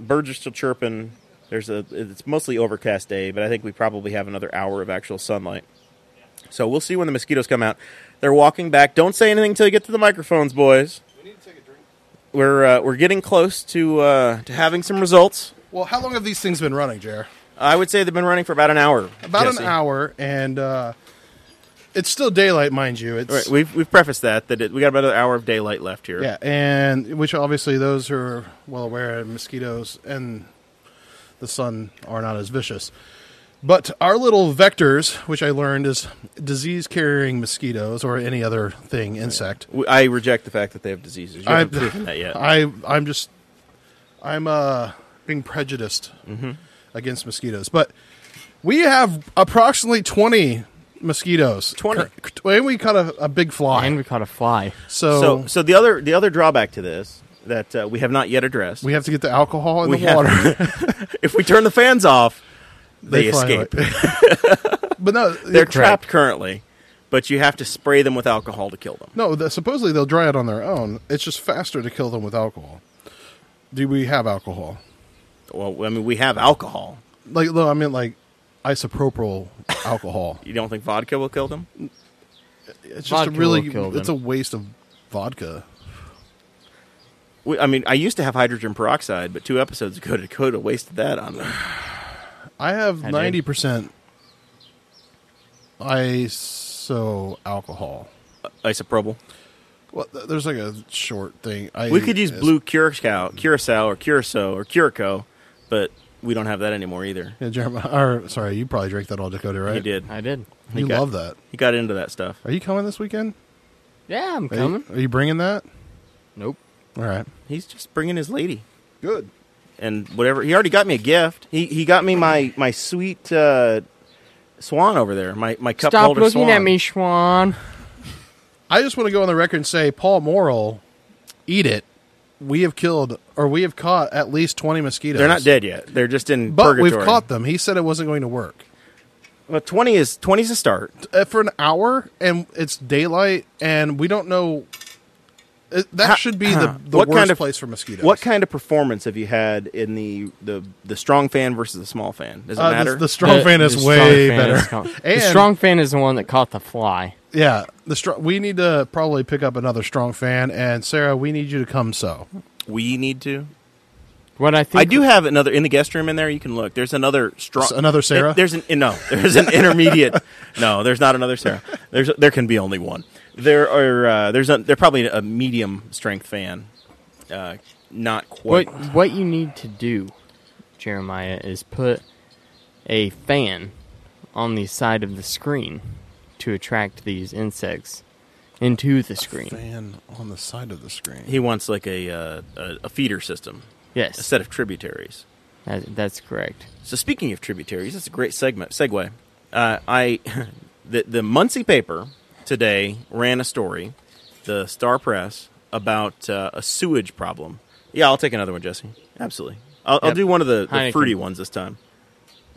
A: birds are still chirping. There's a it's mostly overcast day, but I think we probably have another hour of actual sunlight. So we'll see when the mosquitoes come out. They're walking back. Don't say anything until you get to the microphones, boys. We need to take a drink. We're uh, we're getting close to uh, to having some results.
C: Well, how long have these things been running, Jer?
A: I would say they've been running for about an hour.
C: About
A: Jesse.
C: an hour, and uh, it's still daylight, mind you. It's
A: All right, we've we've prefaced that that it, we got about another hour of daylight left here.
C: Yeah, and which obviously those who are well aware of mosquitoes and the sun are not as vicious. But our little vectors, which I learned is disease carrying mosquitoes or any other thing, insect.
A: We- I reject the fact that they have diseases. You haven't proven that yet.
C: I I'm just I'm uh being prejudiced
A: Mm-hmm.
C: against mosquitoes. But we have approximately twenty mosquitoes.
A: 20.
C: and we caught a, a big fly.
B: And we caught a fly.
C: so,
A: so so the other the other drawback to this that uh, we have not yet addressed.
C: we have to get the alcohol in
A: We
C: the
A: have-
C: water.
A: if we turn the fans off, they,
C: fly
A: escape.
C: away. but no,
A: They're trapped currently, but you have to spray them with alcohol to kill them.
C: No, the, supposedly they'll dry out on their own. It's just faster to kill them with alcohol. Do we have alcohol?
A: Well, I mean, we have alcohol.
C: Like, no, I mean like isopropyl alcohol.
A: You don't think vodka will kill them?
C: It's just
B: Vodka
C: a
B: will
C: really,
B: kill
C: it's a
B: them.
C: waste of vodka.
A: We, I mean, I used to have hydrogen peroxide, but two episodes ago, Dakota wasted that on them.
C: I have
B: I do.
C: ninety percent iso alcohol.
A: Isopropyl.
C: Well, th- there's like a short thing. I,
A: We could use
C: it's-
A: blue curacao, curacao, or curacao, or curico, but we don't have that anymore either.
C: Yeah, Jeremiah, or sorry, you probably drank that all Dakota, right?
A: He did.
B: I did.
C: You
A: got-
C: love that.
A: He got into that stuff.
C: Are you coming this weekend?
B: Yeah, I'm
C: Are
B: coming.
C: You, are you bringing that?
B: Nope.
C: All right.
A: He's just bringing his lady.
C: Good.
A: and whatever. He already got me a gift. He he got me my my sweet uh, swan over there. My my cup
B: Stop
A: holder
B: looking
A: swan.
B: at me, Schwan.
C: I just want to go on the record and say, Paul Morrill, eat it. We have killed or we have caught at least twenty mosquitoes.
A: They're not dead yet. They're just in
C: but
A: purgatory.
C: we've caught them. He said it wasn't going to work
A: Well, twenty is twenty's a start.
C: Uh, for an hour, and it's daylight, and we don't know. it- that should be the, the
A: What
C: worst
A: kind of-
C: place for mosquitoes.
A: What kind of performance have you had in the the the strong fan versus the small fan? Does it
C: Uh,
A: matter?
C: the, the strong
B: The-
C: fan
B: the
C: is
B: strong
C: way
B: fan
C: better.
B: is co- the
C: And-
B: strong fan is the one that caught the fly.
C: yeah, the strong. We need to probably pick up another strong fan, and Sarah, we need you to come. So
A: we need to.
B: What I think
A: I do have another in the guest room in there. You can look. There's another strong.
C: S- another Sarah?
A: There's an eh, no. There's an intermediate. no, there's not another Sarah. There's there can be only one. There are uh, there's a, they're probably a medium strength fan. Uh, not
B: what
A: quite.
B: what you need to do, Jeremiah, is put a fan on the side of the screen to attract these insects into the screen.
C: fan on the side of the screen.
A: He wants like a, uh, a a feeder system, a
B: Yes,
A: set of tributaries.
B: that, that's correct.
A: So speaking of tributaries, that's a great segment segue. Uh, I the the Muncie paper today ran a story, the Star Press, about uh, a sewage problem. Yeah, I'll take another one, Jesse. Absolutely, I'll, I'll
B: Yep.
A: do one of the, the
B: Heineken.
A: fruity ones this time.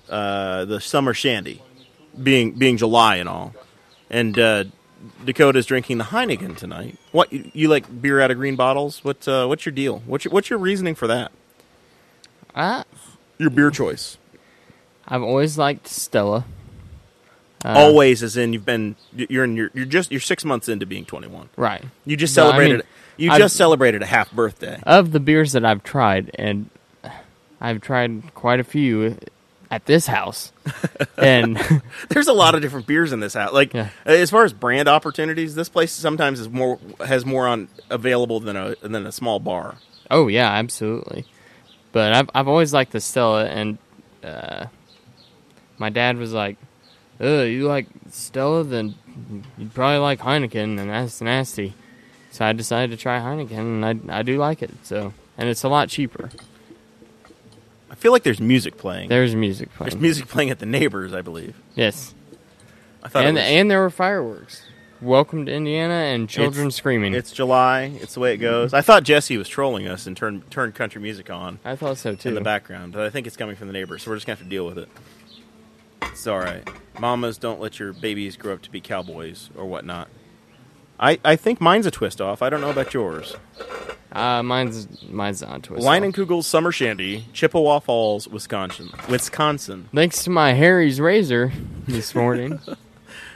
A: Uh, the summer shandy, being being July and all, and uh, Dakota's drinking the Heineken tonight. What you, you like beer out of green bottles? What uh, what's your deal? What's your, what's your reasoning for that?
B: I
A: Your beer choice.
B: I've always liked Stella. Uh,
A: always as in you've been you're in your you're just you're six months into being 21
B: right.
A: you just
B: But I
A: celebrated
B: mean,
A: you
B: I've- Uh,
A: just celebrated a half birthday
B: Of the beers that I've tried, and I've tried quite a few, at this house. and
A: There's a lot of different beers in this house. Like uh,
B: Yeah.
A: as far as brand opportunities, this place sometimes is more has more on available than a than a small bar.
B: oh yeah, absolutely. But I've I've always liked the Stella, and uh, my dad was like, "Ugh, you like Stella? Then you'd probably like Heineken, and that's nasty." So I decided to try Heineken, and I I do like it. So and it's a lot cheaper.
A: I feel like there's music playing.
B: There's music playing.
A: there's music playing at the neighbors, I believe.
B: Yes,
A: I thought it
B: and
A: was-
B: and there were fireworks. Welcome to Indiana and children screaming.
A: It's July. It's the way it goes. I thought Jesse was trolling us and turned turned country music on
B: I thought so too.
A: in the background, but I think it's coming from the neighbors, so we're just gonna have to deal with it. It's all right. Mamas, don't let your babies grow up to be cowboys or whatnot. I, I think mine's a twist off. I don't know about yours.
B: Uh, mine's mine's on twist.
A: Line
B: off.
A: and Kugel's Summer Shandy, Chippewa Falls, Wisconsin. Wisconsin.
B: Thanks to my Harry's razor this morning.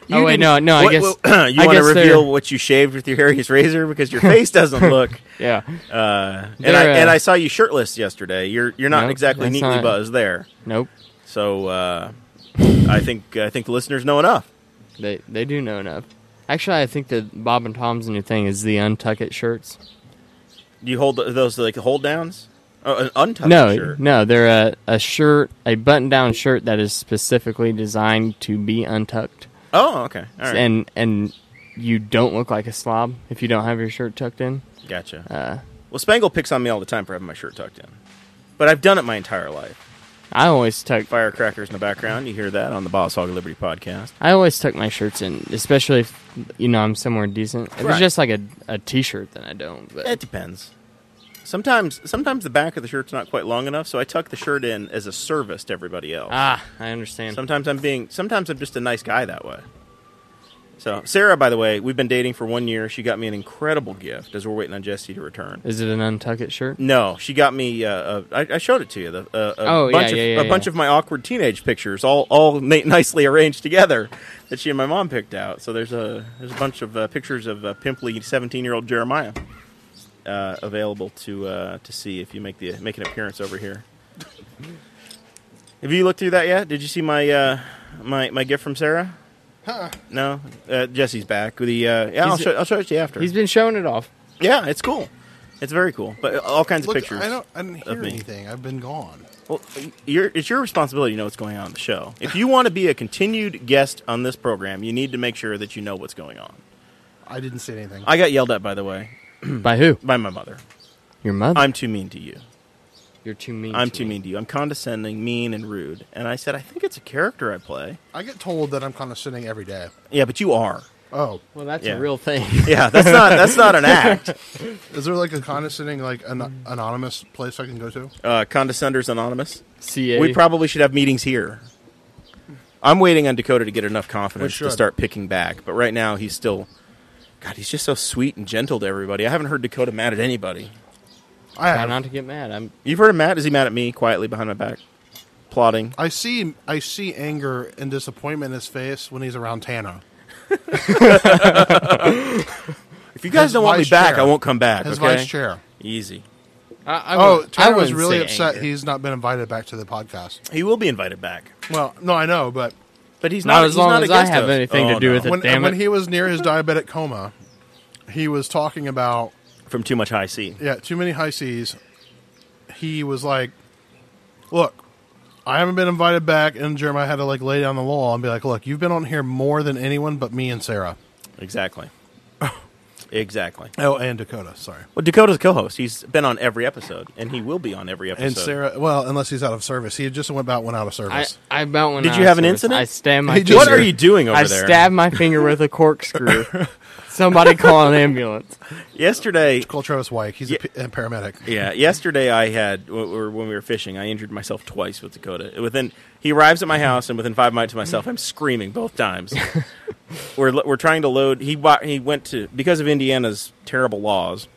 A: You
B: oh wait, no,
A: didn't-
B: no. I
A: what-
B: guess
A: what- you
B: I
A: want to
B: guess they're-
A: reveal what you shaved with your Harry's razor because your face doesn't look.
B: Yeah,
A: Uh, and
B: They're,
A: I
B: uh,
A: and I saw you shirtless yesterday. You're you're not
B: Nope,
A: exactly
B: that's
A: neatly
B: not-
A: buzzed there.
B: nope.
A: So uh, I think I think the listeners know enough.
B: They they do know enough. Actually, I think the Bob and Tom's new thing is the untuck it shirts.
A: Do you hold those like hold downs? Oh, an untucked
B: no,
A: shirt.
B: no, they're a, a shirt, a button down shirt that is specifically designed to be untucked,
A: Oh, okay. All right.
B: and and you don't look like a slob if you don't have your shirt tucked in.
A: gotcha.
B: Uh,
A: well, Spangle picks on me all the time for having my shirt tucked in, but I've done it my entire life.
B: I always tuck
A: Firecrackers in the background. You hear that on the Boss Hog of Liberty podcast.
B: I always tuck my shirts in, especially if you know I'm somewhere decent. If
A: Right. Eh.
B: it's just like a, a t-shirt, then I don't.
A: It
B: But
A: depends. Sometimes, sometimes the back of the shirt's not quite long enough, so I tuck the shirt in as a service to everybody else.
B: ah, I understand.
A: Sometimes I'm being. Sometimes I'm just a nice guy that way. So Sarah, by the way, we've been dating for one year. She got me an incredible gift as we're waiting on Jesse to return.
B: Is it an untuck it shirt?
A: No, she got me. Uh, a, I, I showed it to you. The, uh, a
B: Oh, yeah,
A: bunch of,
B: yeah, yeah,
A: a
B: yeah.
A: bunch of my awkward teenage pictures, all all ni- nicely arranged together, that she and my mom picked out. So there's a there's a bunch of uh, pictures of uh, pimply 17 year old Jeremiah uh, available to uh, to see if you make the make an appearance over here. Have you looked through that yet? Did you see my uh, my my gift from Sarah? No, uh, Jesse's back. The uh, yeah, I'll
B: He's-
A: show, I'll show it to you after.
B: He's been showing it off.
A: Yeah, it's cool. It's very cool, but all kinds
C: Look,
A: of pictures.
C: I don't. I didn't hear
A: me.
C: anything. I've been gone.
A: Well, your, it's your responsibility to know what's going on on the show. If you want to be a continued guest on this program, you need to make sure that you know what's going on.
C: I didn't say anything.
A: I got yelled at, by the way,
B: By who?
A: by my mother.
B: Your mother.
A: Hmm. I'm too mean to you.
B: You're too mean.
A: I'm
B: to
A: too
B: me.
A: mean to you. I'm condescending, mean, and rude. And I said, I think it's a character I play.
C: I get told that I'm condescending every day.
A: Yeah, but you are.
C: Oh,
B: Well, that's
A: Yeah.
B: a real thing.
A: Yeah, that's not that's not an act.
C: is there like a condescending, like an anonymous place I can go to?
A: Uh, Condescenders Anonymous.
B: CA.
A: We probably should have meetings here. I'm waiting on Dakota to get enough confidence to
C: should.
A: start picking back, but right now he's still. God, he's just so sweet and gentle to everybody. I haven't heard Dakota mad at anybody.
C: I
B: try
C: have.
B: not to get mad. I'm.
A: You've heard him mad? Is he mad at me quietly behind my back, plotting?
C: I see. I see anger and disappointment in his face when he's around Tana.
A: If you guys
C: His
A: don't want me
C: vice
A: back,
C: chair.
A: I won't come back.
C: His
A: okay?
C: vice chair.
A: Easy.
B: I, I
C: Oh,
B: wouldn't- I
C: Tana was
B: wouldn't
C: really
B: say
C: upset.
B: anger.
C: He's not been invited back to the podcast.
A: He will be invited back,
C: Well, no, I know, but
A: but he's
B: Not
A: not.
B: as
A: he's
B: long
A: not
B: as I
A: against
B: have
A: us.
B: anything to
A: Oh,
B: do
A: no.
B: with it.
C: when
B: damn
C: when he was near his diabetic coma, he was talking about
A: From too much high C.
C: yeah, too many high seas. He was like, "Look, I haven't been invited back." And Jeremiah had to like lay down the law and be like, "Look, you've been on here more than anyone but me and Sarah.
A: Exactly. exactly.
C: Oh, and Dakota. Sorry,
A: Well, Dakota's co-host. He's been on every episode, and he will be on every episode.
C: and Sarah. Well, unless he's out of service, he just went about went out of
B: I,
C: service.
B: I about went
A: Did
B: out
A: you
B: of
A: have an
B: service.
A: incident?
B: I stabbed my.
C: He
B: finger.
C: just-
A: What are you doing over
B: I
A: there?
B: stabbed my finger with a corkscrew. Somebody call an ambulance.
A: yesterday.
C: Call Travis Wyke. He's
A: Yeah.
C: a p- a paramedic.
A: Yeah, yesterday I had w- w- when we were fishing, I injured myself twice with Dakota. Within he arrives at my house, and within five minutes of myself, I'm screaming both times. we're lo- we're trying to load. He bought, he went to because of Indiana's terrible laws.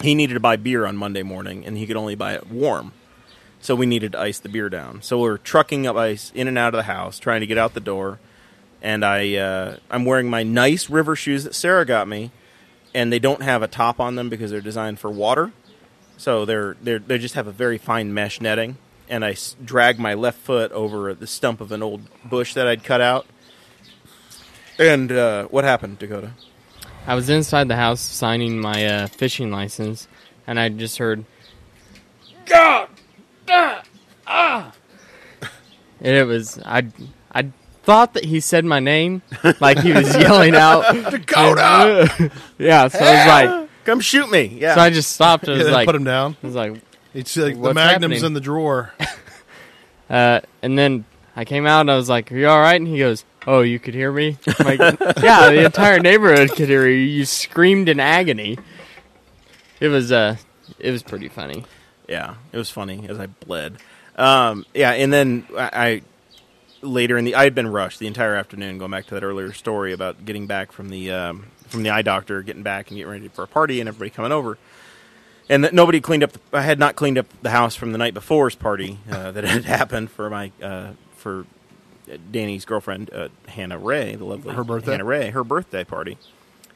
A: He needed to buy beer on Monday morning, and he could only buy it warm. So we needed to ice the beer down. So we are trucking up ice in and out of the house, trying to get out the door. And I uh, I'm wearing my nice river shoes that Sarah got me, and they don't have a top on them because they're designed for water. So they're they are they just have a very fine mesh netting, and I s- dragged my left foot over the stump of an old bush that I'd cut out. And uh, what happened, Dakota?
B: I was inside the house signing my uh, fishing license, and I just heard, God, ah, ah. And it was I. I thought that he said my name, like he was yelling out, Dakota. yeah, so I was like,
A: Come shoot me! Yeah,
B: so I just stopped. I was
C: they
B: like,
C: put him down.
B: I was like,
C: It's like the
B: What's
C: magnum's
B: happening?
C: in the drawer.
B: uh, and then I came out and I was like, Are you all right? And he goes, Oh, you could hear me? I'm like, yeah, the entire neighborhood could hear you. You screamed in agony. It was uh, it was pretty funny.
A: yeah, it was funny as I bled. Um, yeah, and then I, I later in the I had been rushed the entire afternoon. Going back to that earlier story about getting back from the um, from the eye doctor, getting back and getting ready for a party, and everybody coming over. and that nobody cleaned up. The, I had not cleaned up the house from the night before's party uh, that had happened for my uh, for Danny's girlfriend uh, Hannah Ray, the lovely
C: Her birthday?
A: Hannah Ray, her birthday party.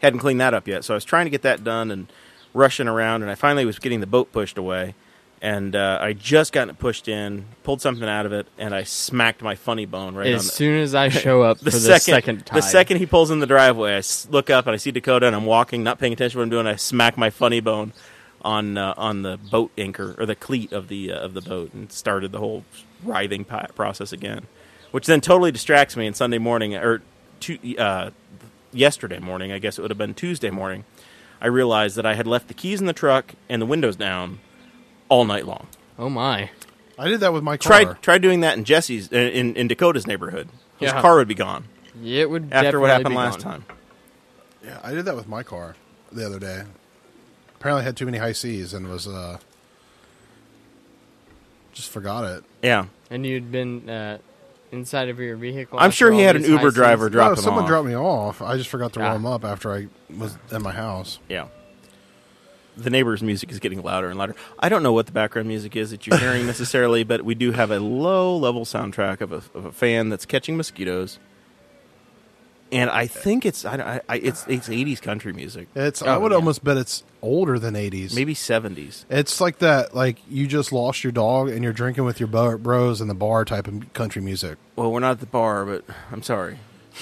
A: Hadn't cleaned that up yet, so I was trying to get that done and rushing around, and I finally was getting the boat pushed away, and uh, I just got it pushed in, pulled something out of it, and I smacked my funny bone right on
B: As
A: the,
B: soon as I show up for the second, time,
A: the second he pulls in the driveway, I s- look up and I see Dakota, and I'm walking, not paying attention to what I'm doing. I smack my funny bone on uh, on the boat anchor or the cleat of the uh, of the boat, and started the whole writhing pi- process again, which then totally distracts me. And Sunday morning or tu- uh, yesterday morning, I guess it would have been Tuesday morning, I realized that I had left the keys in the truck and the windows down all night long.
B: oh my,
C: I did that with my car.
A: Tried tried doing that in Jesse's in, in Dakota's neighborhood. His
B: Yeah.
A: car would be gone
B: it would
A: after what
B: definitely
A: happened
B: be
A: last
B: gone.
A: time.
C: Yeah, I did that with my car the other day. Apparently, I had too many high seas and was uh, just forgot it.
A: Yeah.
B: And you'd been uh, inside of your vehicle.
A: I'm
B: after
A: sure he
B: all
A: had an
B: these
A: Uber
B: high seas?
A: driver dri- Drop
C: No,
A: him
C: someone
A: off.
C: dropped me off. I just forgot to
B: Ah.
C: roll them up after I was at my house.
A: Yeah. The neighbor's music is getting louder and louder. I don't know what the background music is that you're hearing necessarily, but we do have a low level soundtrack of a, of a fan that's catching mosquitoes. And I think it's I, I- I, it's it's 80s country music,
C: It's I
B: Oh,
C: would
B: yeah.
C: almost bet it's older than eighties.
A: maybe 70s.
C: it's like that. Like you just lost your dog and you're drinking with your bo- bros in the bar type of country music.
A: Well, we're not at the bar, but I'm sorry.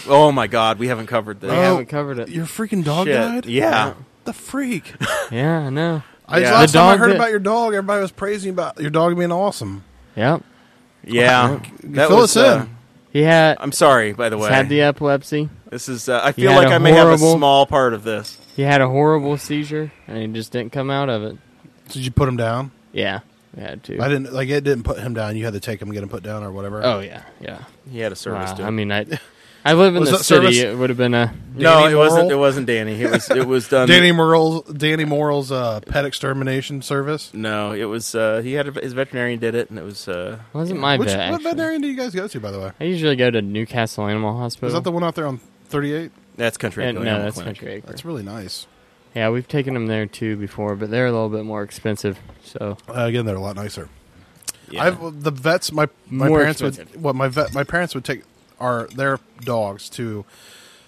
A: Oh my God, we haven't covered this.
B: We haven't covered it.
C: Your freaking dog
A: Shit,
C: died.
A: yeah.
C: Oh, the freak.
B: Yeah, I know.
C: I
A: Yeah.
C: last
B: The
C: time I
B: dog
C: heard
B: that-
C: about your dog, everybody was praising about your dog being awesome.
B: Yep,
A: Yeah, that
C: Fill
A: was.
C: us in.
A: uh,
B: he had
A: I'm sorry, by the
B: he's
A: way.
B: had the epilepsy.
A: this is. Uh, I feel
B: had
A: like
B: a
A: I may have a
B: horrible-
A: small part of this.
B: He had a horrible seizure, and he just didn't come out of it.
C: Did you put him down?
B: Yeah, we had to.
C: I didn't like it. Didn't put him down. You had to take him, and get him put down, or whatever.
B: Oh yeah, yeah.
A: He had a service.
B: Wow,
A: to it.
B: I mean, I I live in
C: Was
B: the
C: that
B: city.
C: service?
B: It would have been a
A: no,
C: Danny
A: it wasn't.
C: Morrill?
A: It wasn't Danny. It was. It was done.
C: Danny Morrell's Danny Morrell's uh, pet extermination service.
A: No, it was uh, he had a, his veterinarian did it, and it was uh,
B: wasn't my
C: Which,
B: bad.
C: what
B: actually.
C: veterinarian do you guys go to, by the way?
B: I usually go to Newcastle Animal Hospital.
C: Is that the one out there on 38?
A: that's country.
B: And-
A: Echo
B: no,
A: Animal
B: that's
A: Clinic.
B: Country Acre.
C: That's really nice.
B: Yeah, we've taken them there too before, but they're a little bit more expensive. So
C: Uh, again, they're a lot nicer.
A: Yeah.
C: I've the vets. My my
B: More
C: parents
B: expensive.
C: would what my vet my parents would take our their dogs to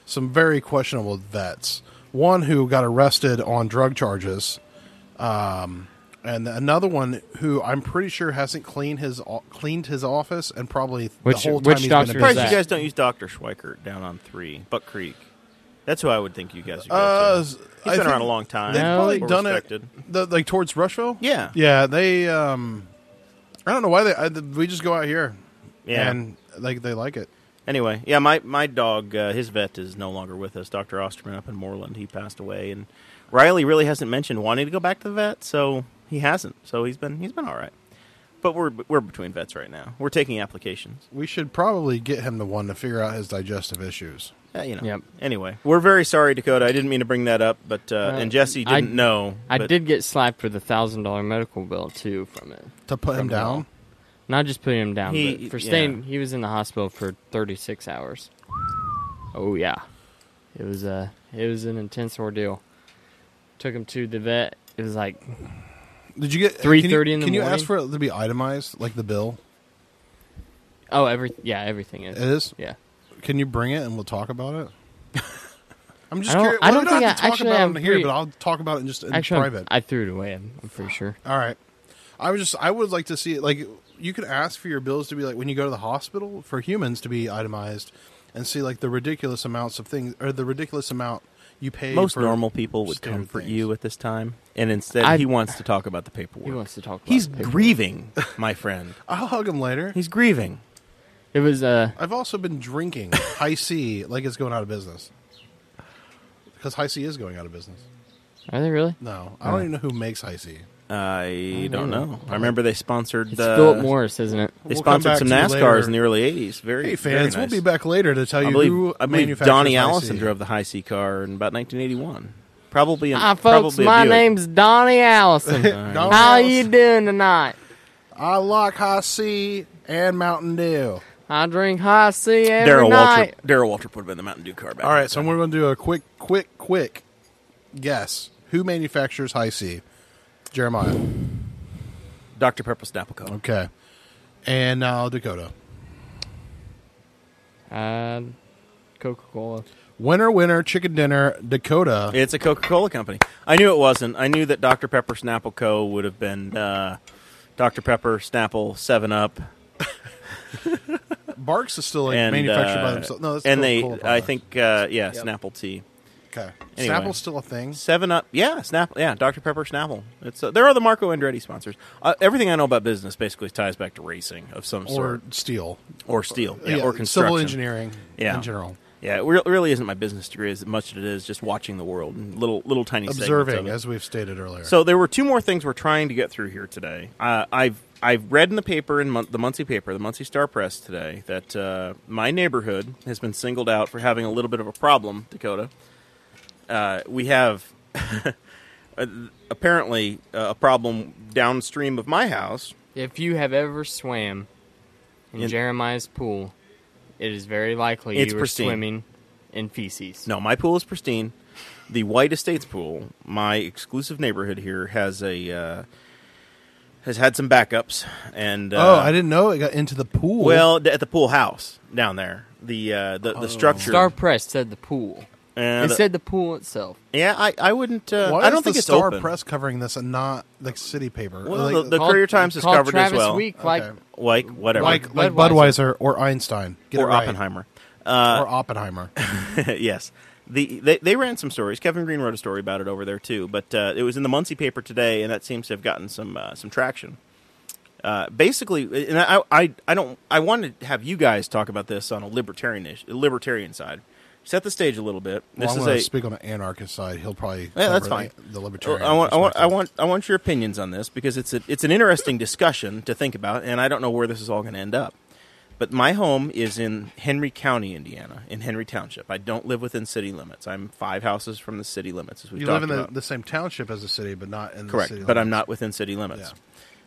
C: some very questionable vets. One who got arrested on drug charges, um, and another one who I'm pretty sure hasn't cleaned his o- cleaned his office and probably
B: Which-
C: the whole time
B: which
C: he's
B: doctor
C: been in
A: surprised
C: business.
A: you guys don't use Doctor Schweikert down on three Buck Creek. That's who I would think you guys would go
C: Uh,
A: to.
C: he's
A: He's been around a long time.
C: They've
B: No,
C: probably
A: Well
C: done
A: respected.
C: it the, like towards Rushville.
A: Yeah.
C: yeah. They, um, I don't know why they. I, we just go out here,
A: Yeah.
C: and like they like it.
A: Anyway, yeah, my my dog, uh, his vet is no longer with us. Doctor Osterman up in Moreland, he passed away, and Riley really hasn't mentioned wanting to go back to the vet, so he hasn't. So he's been he's been all right. But we're we're between vets right now. We're taking applications.
C: We should probably get him the one to figure out his digestive issues.
A: Uh, you know.
B: Yep.
A: Anyway, we're very sorry, Dakota. I didn't mean to bring that up, but uh,
B: Uh,
A: and Jesse
B: I-
A: didn't know.
B: I
A: but-
B: did get slapped with a thousand dollar medical bill too from it.
C: To put him
B: From
C: down,
B: Not just putting him down,
A: He-
B: but for
A: yeah.
B: staying. He was in the hospital for thirty six hours. Oh yeah, it was a it was an intense ordeal. Took him to the vet. It was like
C: did you get uh,
B: 3:30 in
C: can you-
B: the
C: Can you
B: morning?
C: ask for it to be itemized, like the bill
B: oh every yeah everything is
C: it is?
B: yeah.
C: Can you bring it and we'll talk about it? I'm just
B: I don't-
C: curious.
B: I
C: Well,
B: don't
C: we don't
B: think
C: have to
B: I-
C: talk
B: actually,
C: about
B: I'm
C: it in here,
B: pretty-
C: but I'll talk about it in just in
B: Actually,
C: private.
B: I threw it away. I'm, I'm pretty sure.
C: All right. I was just I would like to see like you could ask for your bills to be like when you go to the hospital for humans to be itemized and see like the ridiculous amounts of things or the ridiculous amount you pay.
A: Most
C: for
A: normal people would
C: standard
A: comfort
C: things.
A: you at this time, and instead
B: I-
A: he wants to talk about the paperwork.
B: He wants to talk about
A: He's
B: the paperwork.
A: grieving, my friend.
C: I'll hug him later.
A: He's grieving.
B: It was uh
C: I've also been drinking High C like it's going out of business because High C is going out of business.
B: are they really?
C: No, I don't even know who makes High C.
A: I don't
B: don't know.
A: know. I remember they sponsored
B: It's
A: uh,
B: Philip Morris, isn't it?
A: They
C: We'll come
A: sponsored
C: back
A: some
C: to you
A: NASCARs
C: later.
A: in the early '80s. Very
C: Hey fans,
A: very nice.
C: we'll be back later to tell you
A: I believe,
C: who
A: I believe
C: manufactures
A: Donnie
C: High C.
A: Allison drove the high C car in about 1981. Probably. A,
B: Hi, Ah, folks.
A: probably a
B: My
A: Buick.
B: name's Donnie Allison.
C: Donnie
B: How you
C: Allison.
B: doing tonight?
C: I like High C and Mountain Dew.
B: I drink high C every
A: Daryl Walter.
B: night.
A: Daryl Walter put him in the Mountain Dew car. Back
C: All right, so we're going to do a quick, quick, quick guess. Who manufactures High C? Jeremiah.
A: Dr. Pepper Snapple Coke.
C: Okay. And now Dakota.
B: Uh, Coca Cola.
C: Winner, winner, chicken dinner, Dakota.
A: It's a Coca-Cola company. I knew it wasn't. I knew that Dr. Pepper Snapple Co. would have been uh, Dr. Pepper Snapple Seven Up,
C: Barks is still like
A: and
C: manufactured by
A: uh,
C: themselves. No, that's
A: and they.
C: Coca-Cola
A: I
C: product.
A: think uh, yeah, Snapple Tea.
C: Okay.
A: Anyway.
C: Snapple's still a thing.
A: Seven Up, yeah, Snapple, yeah, Dr Pepper Snapple. It's uh, there are the Marco Andretti sponsors. Uh, everything I know about business basically ties back to racing of some
C: Or
A: sort,
C: steel.
A: or steel, yeah, or construction,
C: Civil engineering
A: Yeah.
C: in general.
A: Yeah, it re- really isn't my business degree as much as it is just watching the world and little little tiny segments of
C: Observing,
A: it.
C: as we've stated earlier.
A: So there were two more things we're trying to get through here today. Uh, I've I've read in the paper in Mun- the Muncie paper, the Muncie Star Press today, that uh, my neighborhood has been singled out for having a little bit of a problem. Dakota, uh, we have apparently uh, a problem downstream of my house.
B: If you have ever swam in
A: In-
B: Jeremiah's pool, it is very likely
A: It's
B: you were
A: pristine.
B: swimming in feces.
A: No, my pool is pristine. The White Estates pool, my exclusive neighborhood here, has a uh, has had some backups, and uh,
C: oh, I didn't know it got into the pool. Oh.
A: Well, th- at the pool house down there, the uh, the, the structure.
B: Star Press said the pool.
A: and-
B: It said the pool itself.
A: yeah, I, I wouldn't. Uh,
C: Why
A: I don't
C: is
A: think
C: the
A: it's
C: Star
A: open.
C: Press covering this and not like city paper?
A: Well,
C: like,
A: the Courier Times has
B: called
A: covered as
B: Travis
A: well.
B: Week,
C: Okay.
B: like
A: Like whatever,
C: like like
B: Budweiser.
C: Budweiser or Einstein Get
A: or
C: it right.
A: Oppenheimer.
C: or Oppenheimer.
A: yes. The, they, they ran some stories. Kevin Green wrote a story about it over there too, but uh, it was in the Muncie paper today, and that seems to have gotten some uh, some traction. Uh, basically, and I, I I don't I wanted to have you guys talk about this on a libertarian ish, libertarian side. Set the stage a little bit.
C: Well,
A: This
C: I'm
A: is
C: going
A: a
C: to speak on the anarchist side. He'll probably
A: Yeah, that's
C: cover the-
A: fine.
C: The
A: Well,
C: libertarian.
A: I want, I want, I
C: perspective.
A: want, I want your opinions on this because it's a, it's an interesting discussion to think about, and I don't know where this is all going to end up. But my home is in Henry County, Indiana, in Henry Township. I don't live within city limits. I'm five houses from the city limits, as we
C: You
A: talked
C: live in the,
A: about.
C: the same township as the city, but not in
A: Correct,
C: the city.
A: but I'm
C: limits.
A: not within city limits.
C: Yeah.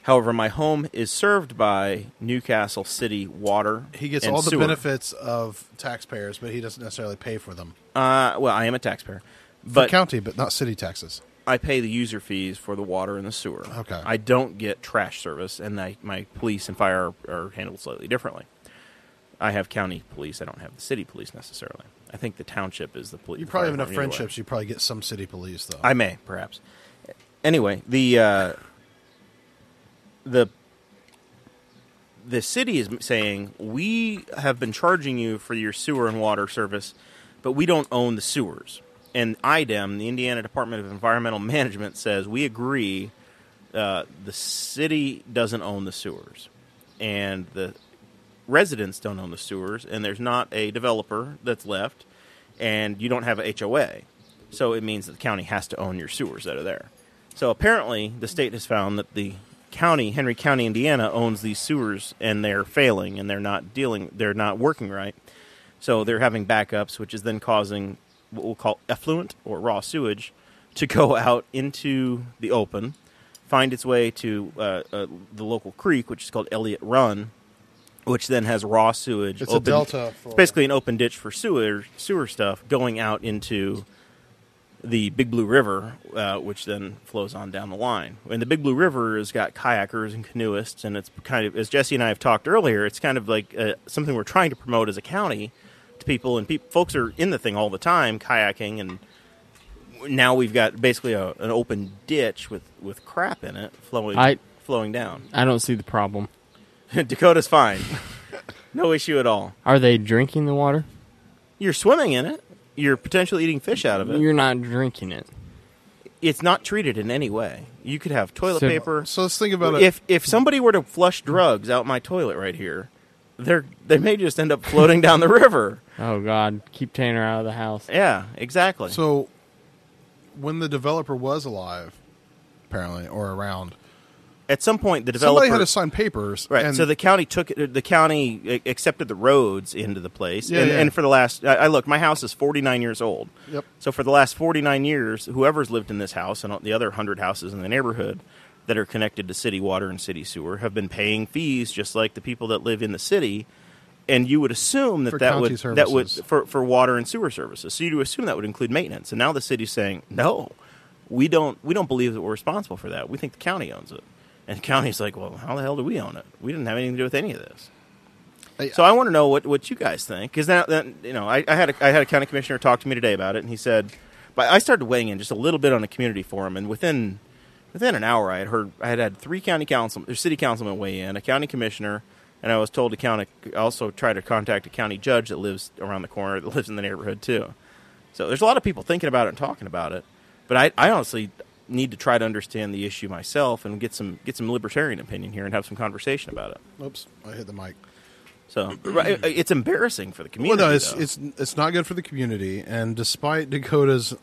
A: However, my home is served by Newcastle City Water.
C: He gets
A: and
C: all the
A: sewer.
C: benefits of taxpayers, but he doesn't necessarily pay for them.
A: Uh, well, I am a taxpayer,
C: For
A: but
C: county, but not city taxes.
A: I pay the user fees for the water and the sewer.
C: Okay.
A: I don't get trash service, and I, my police and fire are, are handled slightly differently. I have county police. I don't have the city police necessarily. I think the township is the police.
C: You probably have enough friendships. You probably get some city police though.
A: I may, perhaps. Anyway, the uh, the the city is saying we have been charging you for your sewer and water service, but we don't own the sewers. And IDEM, the Indiana Department of Environmental Management, says we agree uh, the city doesn't own the sewers, and the residents don't own the sewers, and there's not a developer that's left, and you don't have a HOA. So it means that the county has to own your sewers that are there. So apparently, the state has found that the county, Henry County, Indiana, owns these sewers, and they're failing, and they're not dealing, they're not working right. So they're having backups, which is then causing what we'll call effluent or raw sewage to go out into the open, find its way to uh, uh, the local creek, which is called Elliott Run, which then has raw sewage.
C: It's a delta for-
A: It's basically an open ditch for sewer sewer stuff going out into the Big Blue River, uh, which then flows on down the line. And the Big Blue River has got kayakers and canoeists, and it's kind of as Jesse and I have talked earlier. It's kind of like uh, something we're trying to promote as a county to people, and peop folks are in the thing all the time, kayaking, and now we've got basically a, an open ditch with, with crap in it flowing
B: I
A: flowing down.
B: I don't see the problem.
A: Dakota's fine. no issue at all.
B: Are they drinking the water?
A: You're swimming in it. You're potentially eating fish out of it.
B: You're not drinking it.
A: it's not treated in any way. You could have toilet
B: So-
A: paper.
C: So let's think about it.
A: if if somebody were to flush drugs out my toilet right here, they're they may just end up floating down the river.
B: Oh God, keep Tanner out of the house.
A: Yeah, exactly.
C: So, when the developer was alive, apparently, or around,
A: At some point, the developer
C: somebody had to sign papers.
A: Right.
C: And
A: so the county took the county a- accepted the roads into the place,
C: Yeah,
A: and,
C: yeah.
A: and for the last, I, I look, my house is forty nine years old.
C: Yep.
A: So for the last forty nine years, whoever's lived in this house and the other hundred houses in the neighborhood that are connected to city water and city sewer have been paying fees, just like the people that live in the city. And you would assume that
C: For
A: that would
C: county
A: that would
C: services.
A: for, for water and sewer services. So you would assume that would include maintenance. And now the city's saying no. We don't. We don't believe that we're responsible for that. We think the county owns it, and the county's like, "Well, how the hell do we own it? We didn't have anything to do with any of this."
C: I-
A: So I want to know what, what you guys think because now that you know I, I had a, I had a county commissioner talk to me today about it, and he said, but I started weighing in just a little bit on a community forum, and within within an hour I had heard I had had three county council or city councilmen weigh in, a county commissioner, and I was told to count a, also try to contact a county judge that lives around the corner that lives in the neighborhood too. So there's a lot of people thinking about it and talking about it, but I, I honestly need to try to understand the issue myself and get some get some libertarian opinion here and have some conversation about it.
C: oops, I hit the mic.
A: So right, it- it's embarrassing for the
C: Well,
A: community.
C: no, it's
A: though.
C: it's it's not good for the community. And despite Dakota's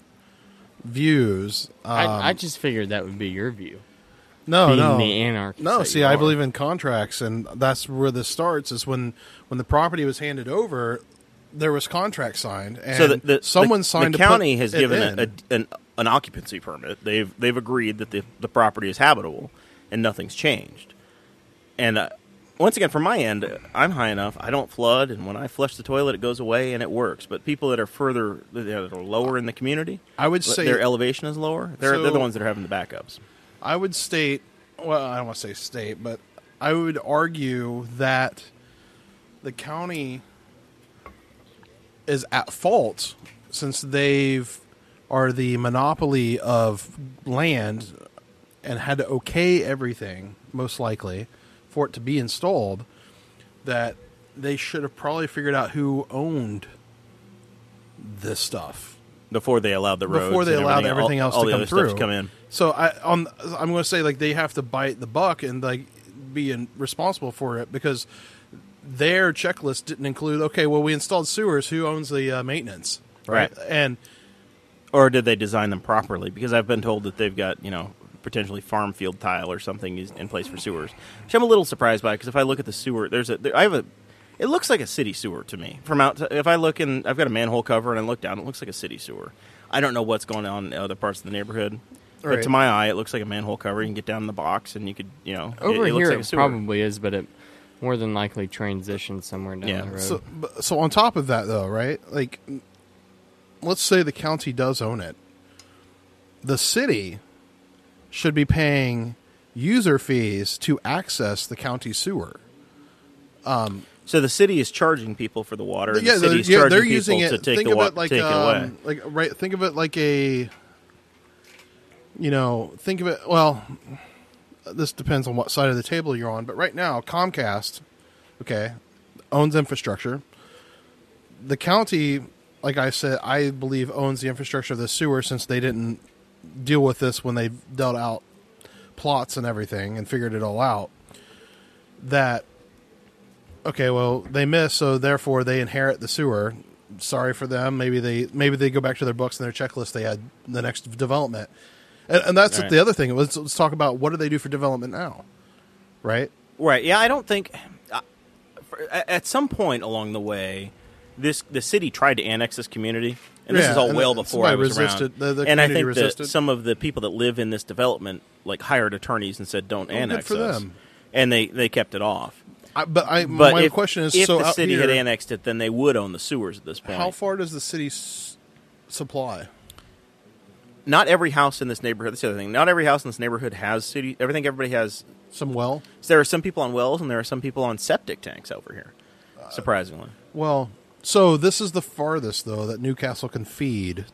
C: views, um,
B: I, I just figured that would be your view.
C: no,
B: being
C: no,
B: the anarchist
C: No,
B: that
C: see,
B: you
C: I
B: are.
C: believe in contracts, and that's where this starts. Is when when the property was handed over, there was contract signed, and
A: so the, the
C: someone
A: the,
C: signed.
A: The
C: to put
A: county has
C: it
A: given
C: in.
A: a, a- an an occupancy permit. They've they've agreed that the the property is habitable, and nothing's changed. And uh, once again, from my end, I'm high enough. I don't flood, and when I flush the toilet, it goes away and it works. But people that are further that are lower in the community,
C: I would say-
A: their elevation is lower. They're they're
C: So-
A: the ones that are having the backups.
C: I would state, well, I don't want to say state, but I would argue that the county is at fault since they've are the monopoly of land and had to okay everything most likely for it to be installed that they should have probably figured out who owned this stuff
A: Before they allowed the roads,
C: before they
A: and
C: allowed
A: all-
C: everything else
A: all
C: to
A: the
C: come
A: other
C: through.
A: stuff to come in.
C: So I on I'm going to say like they have to bite the buck and like be in, responsible for it because their checklist didn't include okay well we installed sewers who owns the uh, maintenance
A: Right.
C: and
A: or did they design them properly? Because I've been told that they've got you know potentially farm field tile or something is in place for sewers, which I'm a little surprised by. Because if I look at the sewer, there's a there, I have a it looks like a city sewer to me from out. If I look in, I've got a manhole cover and I look down, it looks like a city sewer. I don't know what's going on in other parts of the neighborhood. But to
C: Right.
A: my eye, it looks like a manhole cover. You can get down in the box, and you could, you know, it-
B: Over
A: it, looks
B: here,
A: like a
B: it
A: sewer.
B: probably is, but it more than likely transitions somewhere down
A: Yeah.
B: the road.
C: so but- so on top of that though right like let's say the county does own it the city should be paying user fees to access the county sewer
A: So the city is charging people for the water. And the city's
C: yeah,
A: charging
C: they're
A: people
C: using it.
A: to take
C: think
A: the
C: of
A: water,
C: it like
A: take
C: um,
A: it away.
C: like right. Think of it like a, you know, think of it. Well, this depends on what side of the table you're on, but right now Comcast, okay, owns infrastructure. The county, like I said, I believe owns the infrastructure of the sewer since they didn't deal with this when they dealt out plots and everything and figured it all out. That okay, well, they miss, so therefore they inherit the sewer. Sorry for them. Maybe they maybe they go back to their books and their checklist they had the next development. And, and that's
A: Right.
C: the other thing. Let's, let's talk about what do they do for development now, right?
A: Right. Yeah, I don't think I- for- a- at some point along the way, this the city tried to annex this community, and this
C: Yeah,
A: is all
C: and
A: well
C: the-
A: before I
C: somebody
A: was
C: resisted- the-
A: around.
C: the
A: and I think
C: community
A: that
C: resisted.
A: some of the people that live in this development like hired attorneys and said, "Don't annex
C: Oh, for
A: us,"
C: them.
A: and they they kept it off.
C: I, but I
A: But
C: my
A: if,
C: question is
A: if
C: so
A: the
C: out
A: city
C: here,
A: had annexed it, then they would own the sewers at this point.
C: how far does the city s- supply?
A: not every house in this neighborhood. That's the other thing. Not every house in this neighborhood has city. Everything everybody has.
C: Some well,
A: there are some people on wells, and there are some people on septic tanks over here.
C: Uh,
A: Surprisingly,
C: well. So this is the farthest though that Newcastle can feed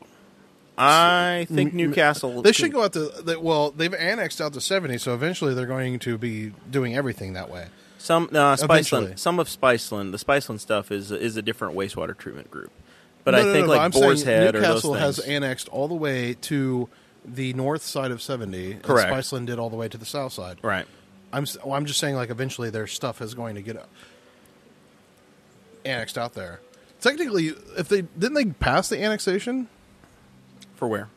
A: I think Newcastle.
C: They should go out to they, well. They've annexed out to seventy, so eventually they're going to be doing everything that way.
A: Some uh,
C: Eventually.
A: Spiceland. Some of Spiceland. The Spiceland stuff is is a different wastewater treatment group. But I
C: No, no,
A: think
C: no, no,
A: like
C: I'm
A: Boar's
C: saying
A: Head or those
C: Newcastle has
A: things.
C: annexed all the way to the north side of seventy. and
A: Correct.
C: Spiceland did all the way to the south side.
A: right.
C: I'm s- well, I'm just saying like eventually their stuff is going to get uh, annexed out there. Technically, if they didn't they pass the annexation
A: For where?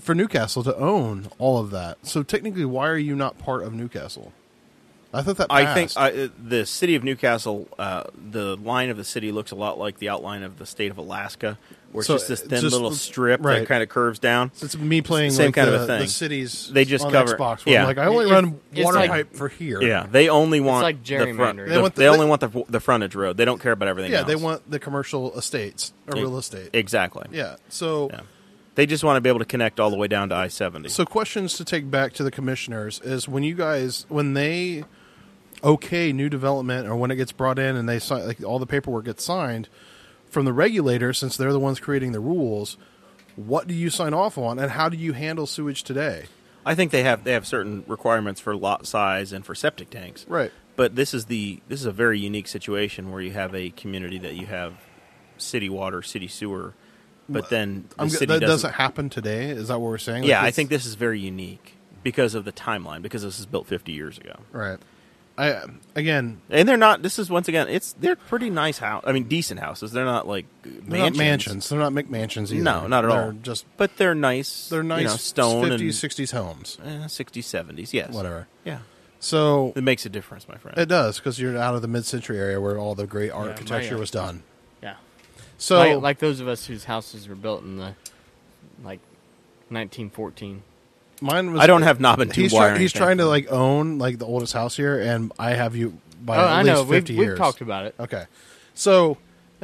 C: for Newcastle to own all of that, so technically, why are you not part of Newcastle? I thought that passed.
A: I think I, uh, the city of Newcastle, uh, the line of the city looks a lot like the outline of the state of Alaska, where it's
C: So
A: just this
C: it
A: thin
C: just-
A: little strip that
C: right.
A: kind of curves down.
C: It's me playing
A: Same
C: like
A: kind of
C: the,
A: a thing.
C: the cities.
A: They just
C: on
A: cover-
C: Xbox. Where I'm
A: yeah.
C: like I only
B: It-
C: run
B: it's
C: water
B: like-
C: pipe for here.
A: Yeah, they only want
B: like
A: the front.
B: gerrymandering.
A: The,
B: They
A: they
C: want the-
A: only want the the frontage road. They don't care about everything.
C: yeah.
A: else.
C: They want the commercial estates or
A: E-
C: real estate.
A: exactly.
C: yeah. So.
A: Yeah. They just want to be able to connect all the way down to I seventy.
C: So questions to take back to the commissioners is when you guys when they okay new development or when it gets brought in and they sign like all the paperwork gets signed from the regulator since they're the ones creating the rules, what do you sign off on and how do you handle sewage today?
A: I think they have they have certain requirements for lot size and for septic tanks.
C: Right.
A: But this is the this is a very unique situation where you have a community that you have city water, city sewer, but then the
C: I'm, g-
A: city
C: that doesn't, happen today. Is that what we're saying? Like,
A: yeah, I
C: it's-
A: think this is very unique because of the timeline because this is built 50 years ago.
C: right. I again
A: And they're not this is once again it's they're pretty nice house. I mean decent houses. They're not like mansions.
C: they're not mansions. They're not McMansions either.
A: No, not at
C: they're
A: all.
C: Just
A: But they're nice.
C: they're nice
A: you know, stone
C: 50s,
A: and
C: 60s homes.
A: eh, 60s, 70s. Yes.
C: Whatever.
A: Yeah.
C: So
A: It makes a difference, my friend.
C: It does because you're out of the mid-century area where all the great architecture
B: my, uh,
C: was done.
B: Yeah.
C: So,
B: like, like those of us whose houses were built in the like 1914.
C: mine was.
A: I don't have knob and tube
C: He's,
A: wire.
C: try,
A: or
C: he's
A: anything.
C: trying to like own like the oldest house here, and I have you by
B: oh,
C: at
B: I
C: least
B: know. We've,
C: fifty years.
B: we've talked about it.
C: okay, so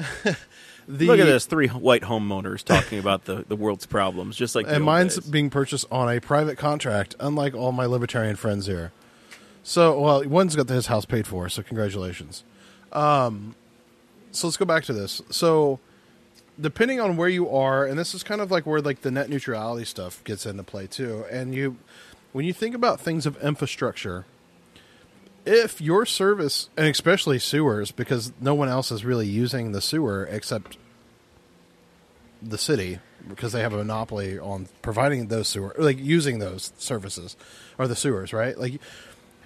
C: the
A: Look at this, three white homeowners talking about the, the world's problems, just like the
C: and
A: old
C: mine's
A: days.
C: being purchased on a private contract, unlike all my libertarian friends here. So, well, one's got his house paid for, so congratulations. Um, so let's go back to this. So, depending on where you are, and this is kind of like where like the net neutrality stuff gets into play too. And you, when you think about things of infrastructure, if your service, and especially sewers, because no one else is really using the sewer except the city because they have a monopoly on providing those sewer like using those services or the sewers right like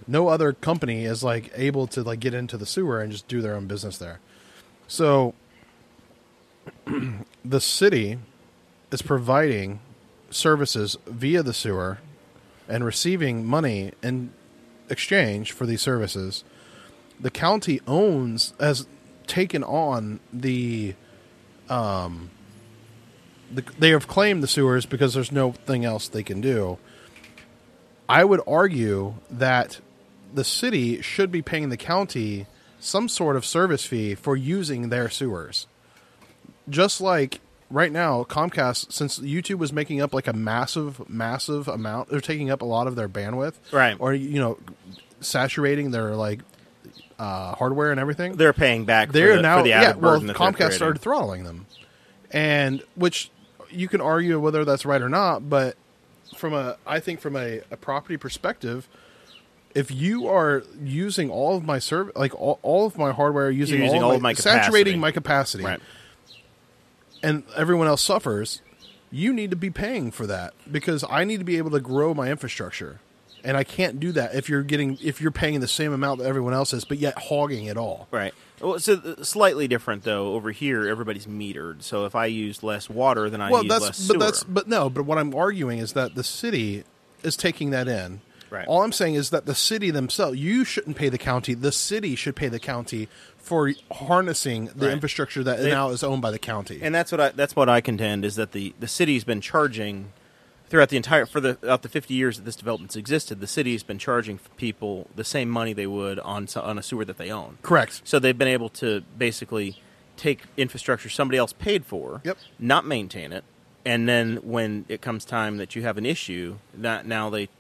C: no other company is like able to like get into the sewer and just do their own business there so the city is providing services via the sewer and receiving money in exchange for these services the county owns has taken on the um, the, they have claimed the sewers because there's nothing else they can do. I would argue that the city should be paying the county some sort of service fee for using their sewers. Just like right now, Comcast, since YouTube was making up like a massive, massive amount, they're taking up a lot of their bandwidth,
A: Right.
C: Or you know, saturating their like uh, hardware and everything
A: they're paying back.
C: they're
A: for the,
C: now
A: for the added
C: yeah. Well,
A: burden that they're
C: Comcast started
A: creating.
C: throttling them, and which you can argue whether that's right or not. But from a, I think from a, a property perspective, if you are using all of my serv like all, all of my hardware, using,
A: You're using all of my capacity.
C: saturating my capacity,
A: Right.
C: and everyone else suffers, you need to be paying for that because I need to be able to grow my infrastructure. And I can't do that if you're getting if you're paying the same amount that everyone else is, but yet hogging it all.
A: Right. Well, so uh, slightly different though. Over here, everybody's metered. So if I use less water, then I
C: well,
A: use
C: that's
A: less
C: but
A: sewer.
C: that's but no, but what I'm arguing is that the city is taking that in.
A: Right.
C: All I'm saying is that the city themselves, you shouldn't pay the county. The city should pay the county for harnessing the
A: Right.
C: infrastructure that
A: They-
C: now is owned by the county.
A: and that's what I that's what I contend is that the the city's been charging throughout the entire for the out the 50 years that this development's existed. The city's been charging people the same money they would on so- on a sewer that they own.
C: Correct.
A: So they've been able to basically take infrastructure somebody else paid for,
C: Yep.
A: not maintain it, and then when it comes time that you have an issue, that now they,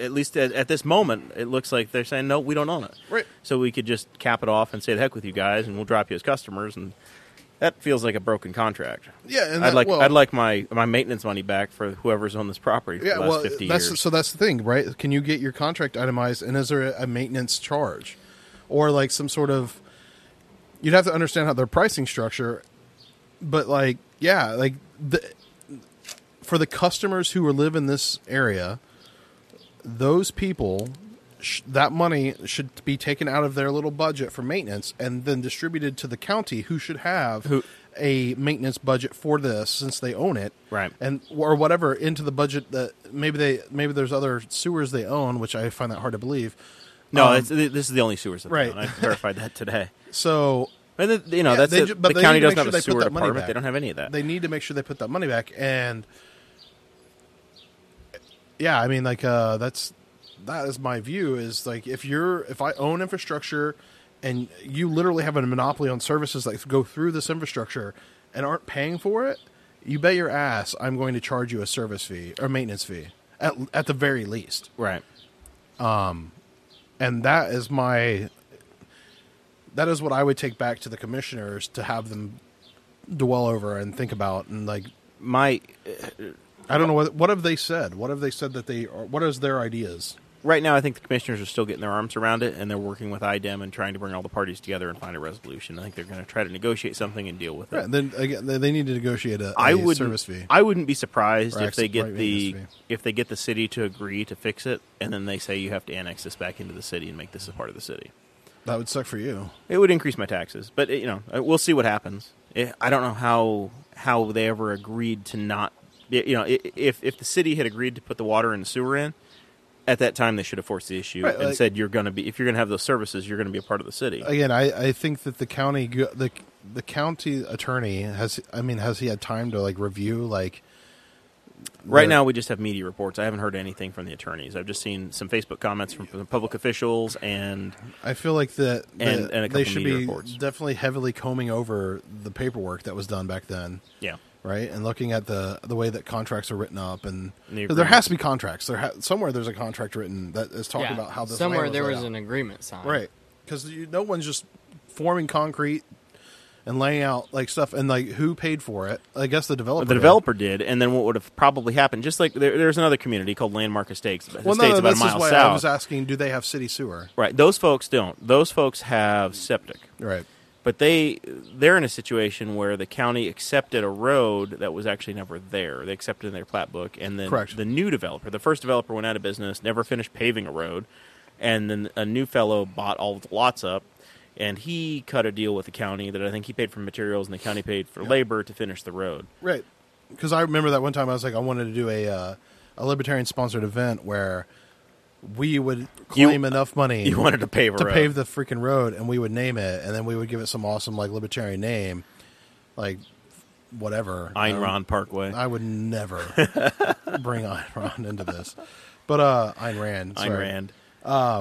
A: at least at, at this moment, it looks like they're saying no, we don't own it.
C: Right.
A: So we could just cap it off and say the heck with you guys, and we'll drop you as customers, and That feels like a broken contract.
C: Yeah, and
A: I'd
C: that-
A: like
C: well-
A: I'd like my, my maintenance money back for whoever's owned this property for
C: Yeah,
A: the last
C: well,
A: fifty
C: that's
A: years.
C: so that's the thing, right? Can you get your contract itemized, and is there a, a maintenance charge, or like some sort of? You'd have to understand how their pricing structure, but like, yeah, like the for the customers who live in this area, those people, sh- that money should be taken out of their little budget for maintenance and then distributed to the county, who should have
A: Who-
C: a maintenance budget for this since they own it,
A: Right.
C: And or whatever into the budget that maybe they maybe there's other sewers they own, which I find that hard to believe.
A: no,
C: Um,
A: it's, th- this is the only sewers.
C: right.
A: Right, I verified that today.
C: so
A: And the, you know
C: Yeah,
A: that's
C: they
A: it.
C: ju- but
A: the
C: they
A: county
C: need to
A: doesn't
C: make
A: have
C: sure
A: a
C: they put
A: sewer
C: that money
A: department.
C: back.
A: They don't have any of that.
C: they need to make sure they put that money back and yeah i mean like uh that's that is my view is like if you're if i own infrastructure and you literally have a monopoly on services that go through this infrastructure and aren't paying for it you bet your ass i'm going to charge you a service fee or maintenance fee at, at the very least
A: right.
C: and that is my that is what i would take back to the commissioners to have them dwell over and think about and like
A: My
C: I don't know what what have they said. What have they said that they are? What is their ideas?
A: right now, I think the commissioners are still getting their arms around it, and they're working with IDEM and trying to bring all the parties together and find a resolution. I think they're going to try to negotiate something and deal with it.
C: Right. Then again, they- they need to negotiate a,
A: I
C: a
A: would
C: service fee.
A: I wouldn't be surprised
C: Or
A: if they
C: ex- right,
A: get the
C: maintenance fee.
A: if they get the city to agree to fix it, and then they say you have to annex this back into the city and make this a part of the city.
C: that would suck for you.
A: It would increase my taxes, but it, you know uh, we'll see what happens. It, I don't know how how they ever agreed to not. You know, i- if if the city had agreed to put the water and sewer in, at that time they should have forced the issue
C: Right,
A: and
C: like-
A: said you're going to be if you're going to have those services, you're going to be a part of the city.
C: Again, I, I think that the county go- the the county attorney has. I mean, has he had time to like review like?
A: right
C: the-
A: now, we just have media reports. I haven't heard anything from the attorneys. I've just seen some Facebook comments from from public officials and
C: I feel like that
A: And-
C: that
A: and a couple
C: they should
A: media
C: be
A: reports.
C: definitely heavily combing over the paperwork that was done back then.
A: yeah.
C: right? And looking at the the way that contracts are written up, and
A: The
C: there
A: agreement.
C: has to be contracts. There ha- somewhere there's a contract written that is talking
B: yeah.
C: about how this
B: somewhere
C: land
B: there
C: laid
B: was
C: out.
B: an agreement signed.
C: right because no one's just forming concrete and laying out like stuff and like who paid for it. I guess the developer.
A: The
C: did.
A: developer did, and then what would have probably happened? Just like there, there's another community called Landmark Estates,
C: Well, no,
A: Estates
C: no,
A: about
C: this
A: a
C: is
A: mile
C: why
A: south.
C: I was asking: Do they have city sewer?
A: Right. Those folks don't. Those folks have septic.
C: Right.
A: But they they're in a situation where the county accepted a road that was actually never there. They accepted it in their plat book and then
C: Correct.
A: the new developer, the first developer went out of business, never finished paving a road, and then a new fellow bought all the lots up and he cut a deal with the county that I think he paid for materials and the county paid for labor to finish the road.
C: Right. Because I remember that one time I was like, I wanted to do a uh, a libertarian sponsored event where we would
A: You-
C: claim enough money.
A: You wanted to pave a
C: to
A: road.
C: pave the freaking road, and we would name it, and then we would give it some awesome like libertarian name, like whatever.
A: Ayn
C: Um,
A: Rand Parkway.
C: I would never bring Ayn Rand into this, but uh, Ayn Rand.
A: Ayn
C: Sorry.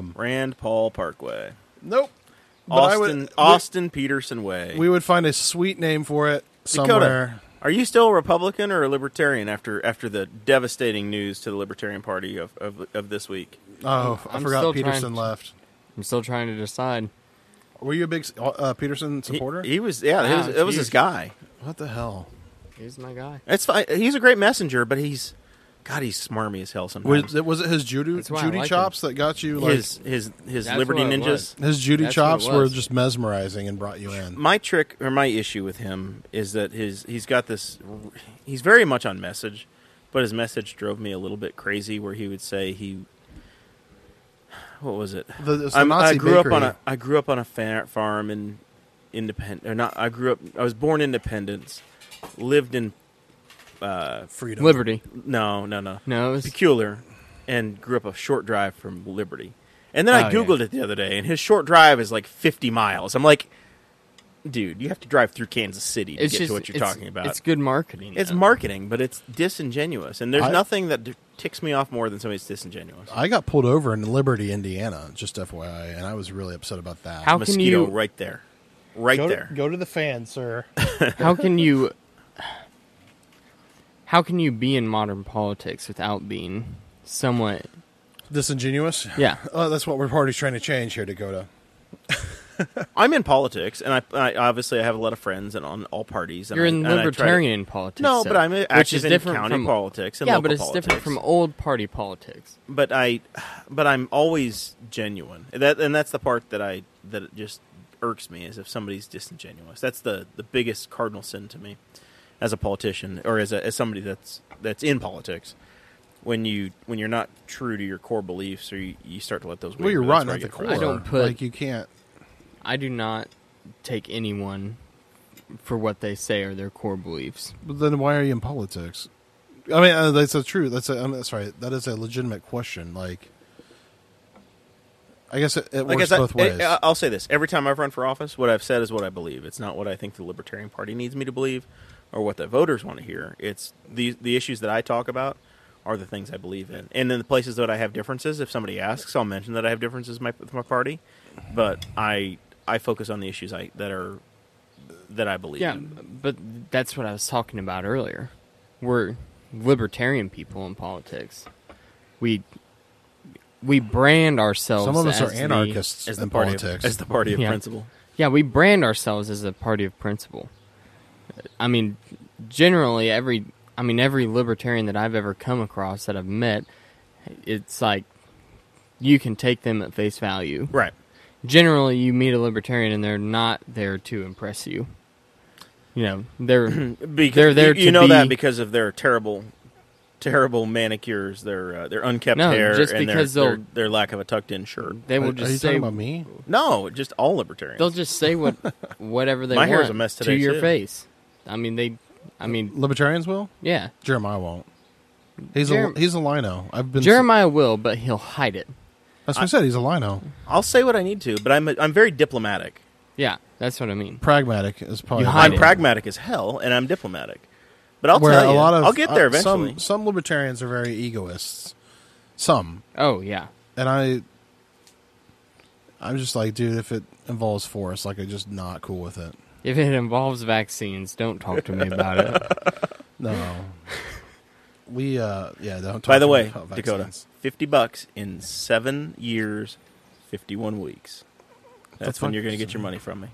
A: Rand. Rand Paul Parkway.
C: Nope. Um, But I
A: Austin
C: would-
A: Austin Peterson Way.
C: We, we would find a sweet name for it somewhere.
A: Dakota, are you still a Republican or a Libertarian after after the devastating news to the Libertarian Party of of, of this week?
C: Oh, I
B: I'm
C: forgot
B: still
C: Peterson
B: trying to-
C: left.
B: I'm still trying to decide.
C: Were you a big uh, Peterson
A: He,
C: supporter?
A: he was yeah, he
B: Wow,
A: was,
C: Ah,
B: it's
A: that was his
B: huge.
A: guy.
C: what the hell?
B: He's my guy.
A: It's fine. He's a great messenger, but he's God, he's smarmy as hell sometimes.
C: Was it, was it his Judy
B: That's why I
C: Judy
B: like
C: chops that got you like
A: his his his
B: That's
A: Liberty
B: what it
A: Ninjas.
B: was.
C: his Judy
B: That's what it
C: chops were
B: was.
C: just mesmerizing and brought you in?
A: My trick or my issue with him is that his he's got this. He's very much on message, but his message drove me a little bit crazy. Where he would say he, what was it?
C: The- it's the
A: I'm-
C: Nazi
A: I grew
C: bakery.
A: up on a I grew up on a fa- farm in independent or not. I grew up. I was born Independence, lived in
C: freedom.
B: Liberty.
A: no no no
B: No, it was-
A: peculiar, and grew up a short drive from Liberty. And then I
B: Oh, yeah.
A: googled it the other day, and his short drive is like 50 miles. I'm like, dude, you have to drive through Kansas City to
B: It's
A: get
B: just
A: to what you're
B: it's-
A: talking about.
B: It's good marketing.
A: It's
B: though.
A: marketing, but it's disingenuous, and there's
C: I-
A: nothing that d- ticks me off more than somebody's disingenuous.
C: I got pulled over in Liberty, Indiana, just FYI, and I was really upset about that.
B: How can
A: Mosquito
B: you-
A: right there, right
C: go
A: there.
C: To, go to the fan, sir.
B: how can you how can you be in modern politics without being somewhat
C: Disingenuous.
B: yeah
C: Oh, that's what we're party's trying to change here, Dakota.
A: I'm in politics, and I, I obviously I have a lot of friends and on all parties. And
B: You're
A: I-
B: in
A: and I try to-
B: libertarian politics.
A: no,
B: though,
A: but I'm active
B: which is
A: in
B: different
A: county
B: from
A: politics and
B: yeah,
A: local
B: but it's different
A: politics.
B: from old party politics.
A: but I, but I'm always genuine. That and that's the part that I that just irks me is if somebody's disingenuous. That's the the biggest cardinal sin to me, as a politician or as a, as somebody that's that's in politics. When you when you're not true to your core beliefs, or you, you start to let those.
C: Well, you're
A: waver, that's
C: rotten
A: where I
C: at the
A: get
C: core.
A: frustrated.
B: I don't put-
C: like you can't.
B: I do not take anyone for what they say or their core beliefs.
C: But then why are you in politics? I mean, uh, that's a true. That's a. I'm sorry. That is a legitimate question. Like, I guess it, it
A: Like I uh,
C: works
A: said,
C: both ways.
A: I- I- I'll say this: every time I've run for office, what I've said is what I believe. It's not what I think the Libertarian Party needs me to believe, or what the voters want to hear. It's the the issues that I talk about are the things I believe in, and in the places that I have differences. If somebody asks, I'll mention that I have differences with my, with my party, but I I focus on the issues I that are that I believe.
B: Yeah,
A: in.
B: but that's what I was talking about earlier. We're libertarian people in politics. We we brand ourselves.
C: Some of
B: as
C: us are
B: the-
C: anarchists
A: as the
C: in
A: party of-
C: politics.
A: as the party of
B: Yeah.
A: principle.
B: yeah, we brand ourselves as a party of principle. I mean, generally every I mean every libertarian that I've ever come across that I've met, it's like you can take them at face value.
A: Right.
B: Generally, you meet a libertarian and they're not there to impress you. You know, they're
A: Because
B: They're there
A: you, you
B: to
A: know that
B: be-
A: because of their terrible, terrible manicures, their uh, their unkept
B: No,
A: hair,
B: just
A: and their-
B: because
A: their,
B: they'll-
A: their lack of a tucked in shirt.
B: they will
C: are, are you
B: just
C: talking
B: say
C: about me?
A: No, just all libertarians.
B: They'll just say what whatever they
A: My
B: want
A: hair's a mess today,
B: to your
A: too.
B: face. I mean, they. I mean,
C: Libertarians will.
B: yeah.
C: Jeremiah won't. He's
B: Jerem-
C: a he's a lino. I've been
B: Jeremiah will, but he'll hide it.
C: That's what I said. He's a lino.
A: I'll say what I need to, but I'm I'm very diplomatic.
B: Yeah, that's what I mean.
C: Pragmatic is probably.
B: You
C: a
B: hide
A: I'm
C: better
B: it.
C: word.
A: pragmatic as hell, and I'm diplomatic. But I'll
C: Where
A: tell you,
C: a lot of
A: I'll get there
C: uh,
A: eventually.
C: Some some libertarians are very egoists. Some
B: Oh yeah,
C: and I, I'm just like, dude, if it involves force, like I'm just not cool with it.
B: if it involves vaccines, don't talk to me about it.
C: No. we uh yeah, don't talk
A: By the
C: to me
A: way,
C: about
A: Dakota,
C: vaccines.
A: fifty bucks in seven years, fifty-one weeks. That's when
C: fuck
A: you're going to
C: is
A: get
C: that?
A: your money from me.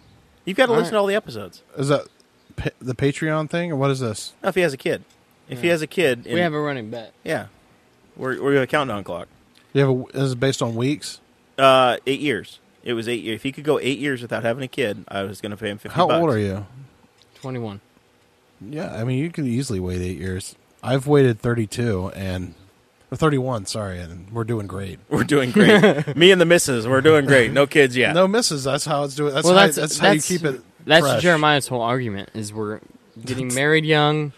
A: You've got to
B: All
A: listen
B: right.
A: to all the episodes.
C: Is that pa- the Patreon thing or what is this?
A: No, if he has a kid, if he
B: Yeah.
A: has a kid,
B: we have a running bet.
A: yeah, we're we're a countdown clock.
C: You have a, is it based on weeks?
A: Uh, eight years. It was eight. years. If he could go eight years without having a kid, I was going to pay him fifty.
C: How
A: bucks.
C: old are you?
B: Twenty-one.
C: Yeah, I mean you could easily wait 8 years. I've waited 32 and or 31, sorry, and we're doing great.
A: We're doing great. Me and the missus, we're doing great. No kids yet.
C: No misses, that's how it's doing. That's
B: well,
C: how,
B: that's,
C: that's,
B: that's
C: how you keep it
B: That's
C: fresh.
B: Jeremiah's whole argument is we're getting married young,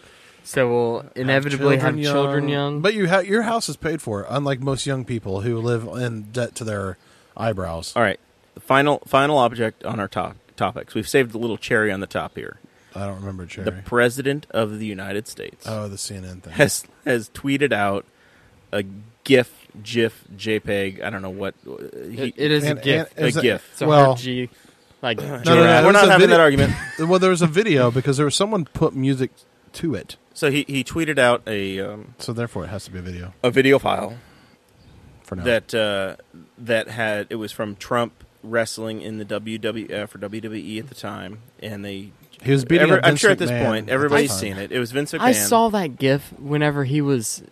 B: so we'll inevitably have children, young.
C: But you ha- your house is paid for, unlike most young people who live in debt to their eyebrows.
A: All right. The final final object on our top topics. We've saved a little cherry on the top here.
C: I don't remember Cherry.
A: The president of the United States
C: oh, the CNN thing.
A: has has tweeted out a GIF, GIF, JPEG. I don't know what. uh, he-
B: it, it is
C: And-
B: a gift.
C: and- is
A: A
C: it-
A: gif.
B: It's a
C: well,
B: hard G, like giraffe.
C: no, no, no,
A: we're
C: it's
A: not
C: a
A: having
C: video-
A: that argument.
C: well, there was a video because there was someone put music to it,
A: So he, he tweeted out a um,
C: so therefore it has to be a video
A: a video file
C: for now.
A: that uh, that had it was from Trump wrestling in the WWF or WWE at the time, and they.
C: he was beating.
A: Every-
C: up
A: I'm sure at
C: Vince
A: this
C: McMahon
A: point
C: at the
A: everybody's
C: time.
A: seen it. It was Vince McMahon.
B: I saw that GIF whenever he was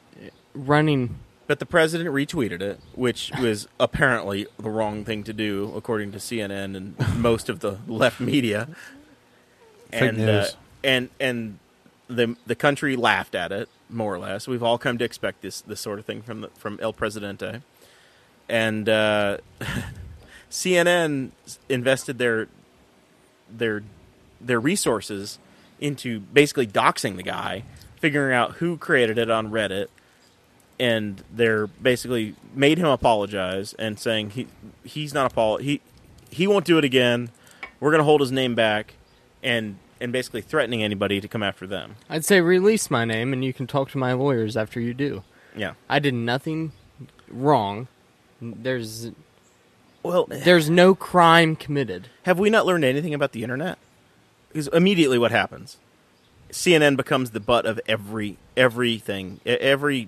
B: running.
A: But the president retweeted it, which was apparently the wrong thing to do, according to CNN and most of the left media.
C: Fake
A: and, uh,
C: news.
A: and and the the country laughed at it more or less. We've all come to expect this this sort of thing from the, from El Presidente, and uh, CNN invested their their their resources into basically doxing the guy, figuring out who created it on Reddit, and they're basically made him apologize and saying he he's not apol he he won't do it again. We're gonna hold his name back, and and basically threatening anybody to come after them.
B: I'd say release my name and you can talk to my lawyers after you do.
A: Yeah.
B: I did nothing wrong. There's
A: Well,
B: there's no crime committed.
A: have we not learned anything about the internet? Because immediately what happens, CNN becomes the butt of every everything. e- Every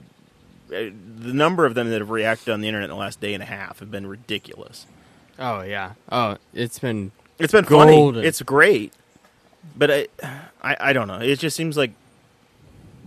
A: eh, uh, the number of them that have reacted on the internet in the last day and a half have been ridiculous.
B: Oh yeah. Oh, it's been
A: It's been
B: Golden.
A: funny. It's great, but I, I, I don't know. It just seems like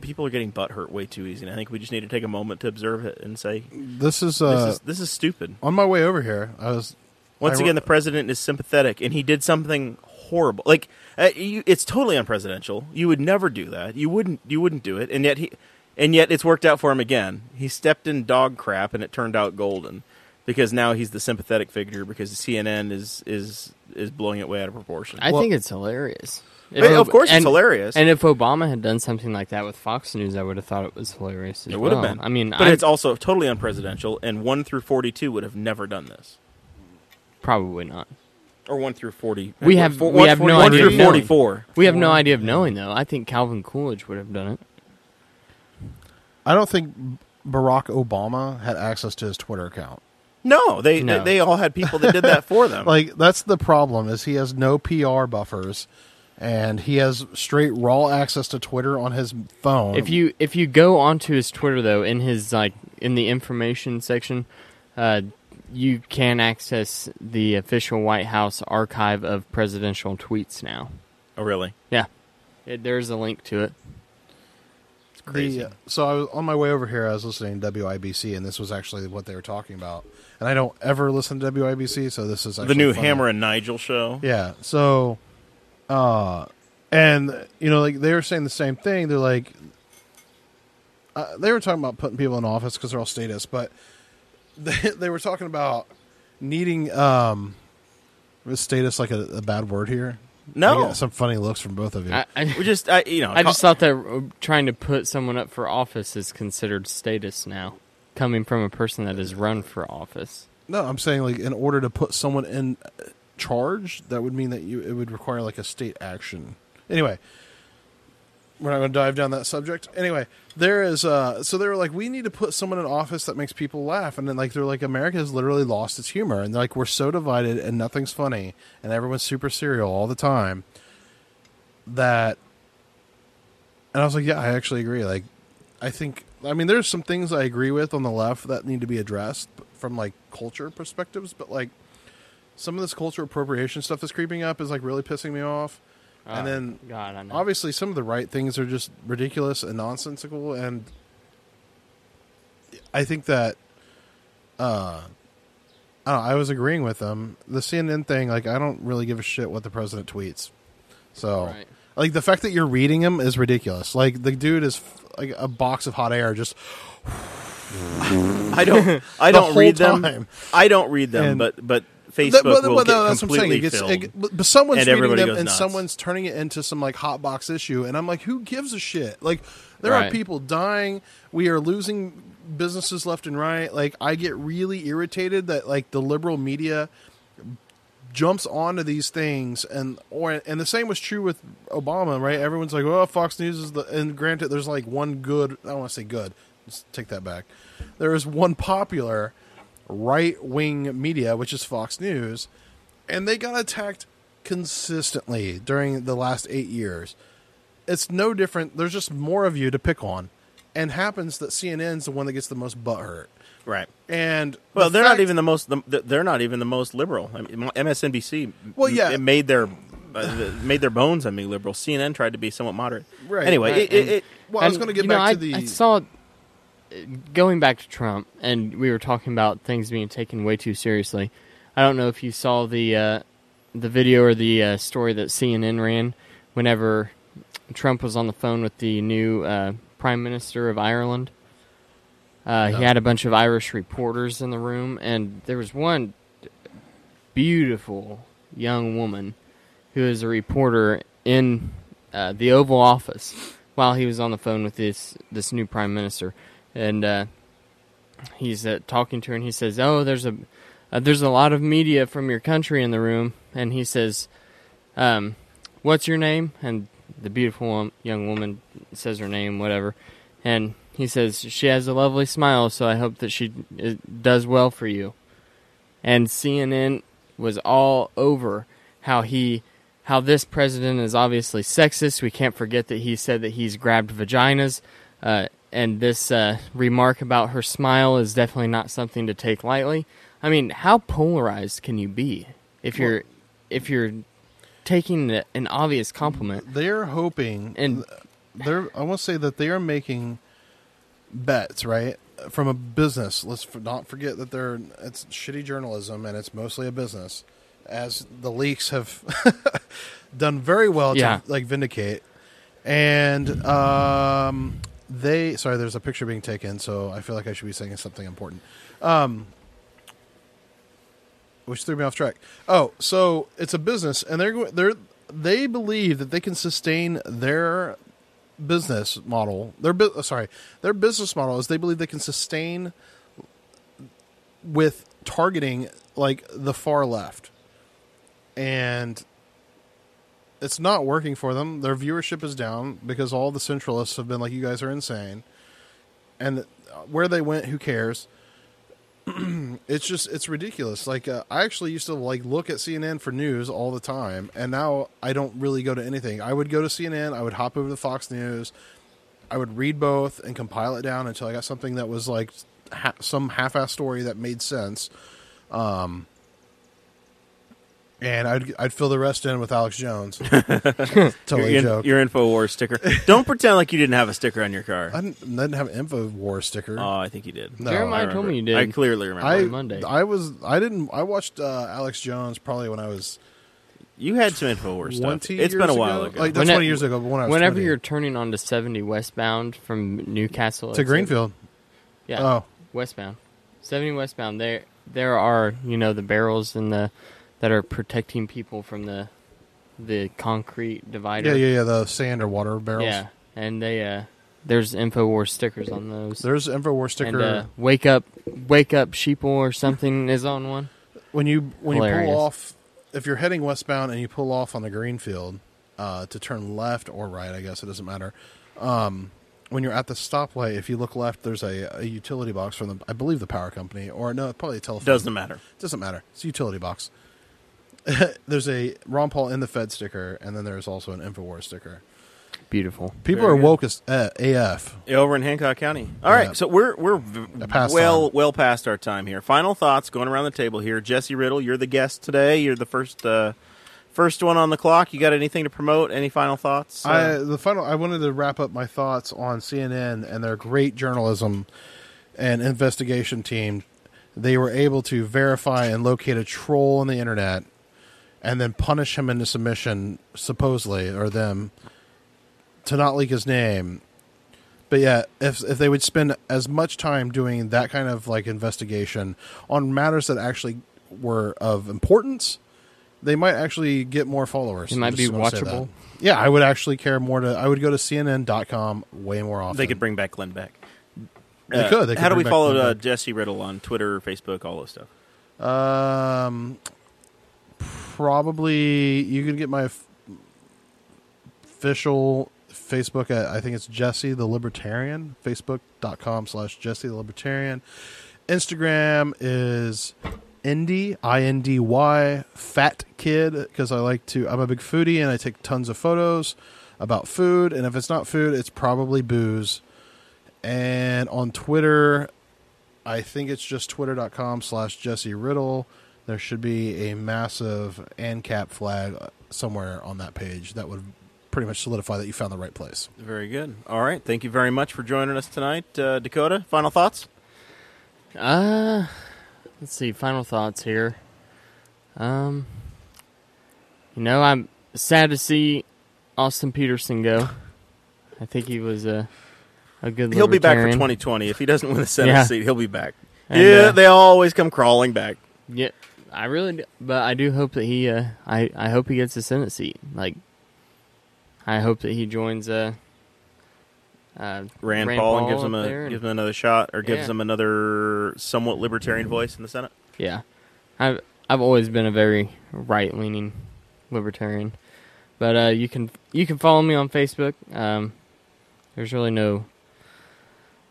A: people are getting butt hurt way too easy, and I think we just need to take a moment to observe it and say
C: This is,
A: this
C: uh,
A: is this is stupid.
C: on my way over here. I was
A: Once
C: I-
A: again, the president is sympathetic, and he did something horrible. Like uh, you, it's totally unpresidential. You would never do that. You wouldn't. You wouldn't do it. And yet he, and yet it's worked out for him again. He stepped in dog crap, and it turned out golden, because now he's the sympathetic figure because CNN is is is blowing it way out of proportion.
B: I
C: Well-
B: think it's hilarious.
A: Hey, of course it's
B: and-
A: hilarious.
B: And if Obama had done something like that with Fox News, I would have thought it was hilarious. As
A: It would have
B: well.
A: been.
B: I mean,
A: but
B: I'm-
A: it's also totally unpresidential, and one through forty-two would have never done this,
B: probably not.
A: or one through forty.
B: We have-
A: four-
B: we
A: one
B: have
A: forty-
B: no
A: one
B: idea
A: through
B: of knowing.
A: forty-four.
B: We have no idea of knowing though. I think Calvin Coolidge would have done it.
C: I don't think Barack Obama had access to his Twitter account.
A: No, they,
B: No.
A: they they all had people that did that for them.
C: Like that's the problem is he has no PR buffers and he has straight raw access to Twitter on his phone.
B: If you if you go onto his Twitter though, in his like in the information section, uh, you can access the official White House archive of presidential tweets now.
A: oh, really?
B: Yeah, It- there's a link to it.
A: It's
C: The-
A: crazy.
C: so I was on my way over here I was listening to WIBC and this was actually what they were talking about. And I don't ever listen to WIBC so this is
A: the
C: actually
A: new
C: funny.
A: Hammer and Nigel show.
C: Yeah. So, uh, and you know, like they were saying the same thing. They're like, uh, they were talking about putting people in office because they're all statists, but they, they were talking about needing um, is status like a, a bad word here. I
A: No,
C: got some funny looks from both of you.
B: I, I,
A: we just I you know
B: I just
A: co-
B: thought that uh, trying to put someone up for office is considered status now, coming from a person that has run for office.
C: no, I'm saying like in order to put someone in uh, charge, that would mean that you it would require like a state action. Anyway, we're not going to dive down that subject. Anyway, there is uh so they were like we need to put someone in office that makes people laugh and then like they're like America has literally lost its humor and like we're so divided and nothing's funny and everyone's super serial all the time that and I was like yeah, I actually agree. Like I think I mean there's some things I agree with on the left that need to be addressed from like culture perspectives, but like some of this culture appropriation stuff that's creeping up is like really pissing me off.
B: Oh,
C: and then
B: God, I know.
C: obviously some of the right things are just ridiculous and nonsensical and i think that uh I, don't know, I was agreeing with them the cnn thing like i don't really give a shit what the president tweets so
B: Right.
C: like the fact that you're reading him is ridiculous like the dude is f- like a box of hot air just
A: I don't I
C: The
A: don't
C: whole
A: read them.
C: time.
A: I don't read them,
C: And-
A: but but Facebook
C: That- but-
A: will
C: but
A: get
C: no, that's what I'm saying.
A: completely
C: It gets-
A: filled.
C: it- but someone's
A: and
C: reading
A: everybody
C: them,
A: goes
C: and
A: nuts.
C: someone's turning it into some like hot box issue, and I'm like, who gives a shit? Like, there are
B: Right.
C: people dying. We are losing businesses left and right. Like, I get really irritated that like the liberal media jumps onto these things and or and the same was true with Obama, right? Everyone's like, "Oh, Fox News is the." And granted, there's like one good. I don't want to say good. Let's take that back. There is one popular right wing media, which is Fox News, and they got attacked consistently during the last eight years. It's no different. There's just more of you to pick on, and happens that CNN's the one that gets the most butt hurt.
A: right.
C: And
A: Well, they're not
C: fact-
A: even the most. The, they're not even the most liberal. I mean, MSNBC.
C: Well, yeah.
A: it made their uh, made their bones on being liberal. CNN tried to be somewhat moderate.
C: Right.
A: Anyway,
B: Right,
A: it, it,
B: and-
A: it,
C: Well, I was
B: And,
C: going to get
B: you know,
C: back
B: I,
C: to the.
B: I saw uh, going back to Trump, and we were talking about things being taken way too seriously. I don't know if you saw the uh, the video or the uh, story that CNN ran whenever Trump was on the phone with the new uh, Prime Minister of Ireland. Uh, He had a bunch of Irish reporters in the room, and there was one beautiful young woman who is a reporter in uh, the Oval Office while he was on the phone with this this new prime minister, and uh, he's uh, talking to her, and he says, "Oh, there's a uh, there's a lot of media from your country in the room," and he says, um, "What's your name?" And the beautiful wom- young woman says her name, whatever, and he says she has a lovely smile, so I hope that she uh, does well for you and CNN was all over how he how this president is obviously sexist. We can't forget that he said that he's grabbed vaginas, uh, and this uh, remark about her smile is definitely not something to take lightly. I I mean, how polarized can you be if you're if you're taking the- an obvious compliment
C: They're hoping
B: and
C: they're I want to say that they are making bets, right? From a business. Let's f not forget that they're it's shitty journalism and it's mostly a business. As the leaks have done very well to
B: Yeah.
C: like vindicate, and um, they sorry, there's a picture being taken, so I feel like I should be saying something important, um, which threw me off track. Oh, so it's a business, and they're go- they're they believe that they can sustain their business model their bu- uh, sorry their business model is they believe they can sustain with targeting like the far left and it's not working for them their viewership is down because all the centralists have been like you guys are insane and th- where they went who cares it's just it's ridiculous like uh, i actually used to like look at cnn for news all the time and now i don't really go to anything i would go to cnn i would hop over to fox news i would read both and compile it down until i got something that was like ha- some half-ass story that made sense um and I'd I'd fill the rest in with Alex Jones.
A: Your,
C: totally
A: in,
C: joke.
A: your info war sticker. Don't pretend like you didn't have a sticker on your car.
C: I didn't, I didn't have an InfoWar sticker.
A: oh, I think you did.
C: No,
A: I
B: Jeremiah
A: remember.
B: told me you did.
A: I clearly remember.
C: I
B: Monday.
C: I was I didn't I watched uh, Alex Jones probably when I was
A: you had some info war stuff.
C: twenty.
A: It's
C: years
A: been a while
C: ago?
A: ago.
C: Like
B: When
C: that's
B: I-
C: twenty years ago. But when I was
B: whenever
C: 20.
B: you're turning onto 70 westbound from Newcastle
C: to
B: exit-
C: Greenfield,
B: Yeah.
C: Oh.
B: Westbound. 70 westbound. There there are, you know, the barrels and the that are protecting people from the the concrete divider.
C: yeah, yeah, yeah, the sand or water barrels.
B: Yeah. And they uh there's Infowars stickers on those.
C: There's an InfoWar sticker.
B: And uh, wake up wake up sheeple or something is on one.
C: when you when you
B: hilarious.
C: pull off, if you're heading westbound and you pull off on the Greenfield uh, to turn left or right, I guess it doesn't matter. Um, when you're at the stoplight, if you look left, there's a, a utility box from the I believe the power company or no, probably a telephone.
A: Doesn't matter.
C: doesn't matter. It's a utility box. there's a Ron Paul in the Fed sticker, and then there's also an Infowars sticker.
B: Beautiful.
C: People
A: Very
C: are
A: good.
C: woke as uh, AF.
A: Over in Hancock County. All right,
C: Yeah.
A: so we're we're v-
C: past
A: well
C: time.
A: well past our time here. Final thoughts going around the table here. Jesse Riddle, you're the guest today. You're the first uh, first one on the clock. You got anything to promote? Any final thoughts?
C: I
A: Uh,
C: the final. I wanted to wrap up my thoughts on CNN and their great journalism and investigation team. They were able to verify and locate a troll on the internet, and then punish him into submission, supposedly, or them, to not leak his name. But yeah, if if they would spend as much time doing that kind of like investigation on matters that actually were of importance, they might actually get more followers.
B: It might
C: I just
B: be
C: wanna say that.
B: watchable.
C: Yeah, I would actually care more to. I would go to CNN.com way more often.
A: they could bring back Glenn Beck.
C: They could, they
A: how
C: could
A: do we
C: bring back
A: follow
C: Glenn
A: uh,
C: Beck.
A: Jesse Riddle on Twitter, Facebook, all those stuff?
C: Um, probably you can get my f- official Facebook at I think it's Jesse the Libertarian. Facebook.com slash Jesse the Libertarian. Instagram is Indy I N D Y Fat Kid because I like to. I'm a big foodie and I take tons of photos about food. And if it's not food, it's probably booze. And on Twitter, I think it's just twitter.com slash Jesse Riddle. There should be a massive ANCAP flag somewhere on that page that would pretty much solidify that you found the right place.
A: Very good. All right, thank you very much for joining us tonight, uh, Dakota. Final thoughts?
B: Uh, let's see. Final thoughts here. Um, you know, I'm sad to see Austin Peterson go. I think he was a a good.
A: He'll be back for
B: libertarian.
A: 2020 if he doesn't win the Senate
B: Yeah.
A: seat. He'll be back.
B: And,
A: yeah,
B: uh,
A: they always come crawling back.
B: Yeah, I really. Do, but I do hope that he. Uh, I I hope he gets a Senate seat. Like, I hope that he joins. Uh, uh,
A: Rand, Paul, and gives
B: up
A: him a
B: there and-
A: gives him another shot, or gives
B: Yeah.
A: him another somewhat libertarian voice in the Senate.
B: Yeah, I've I've always been a very right leaning libertarian, but uh, you can you can follow me on Facebook. Um, there's really no.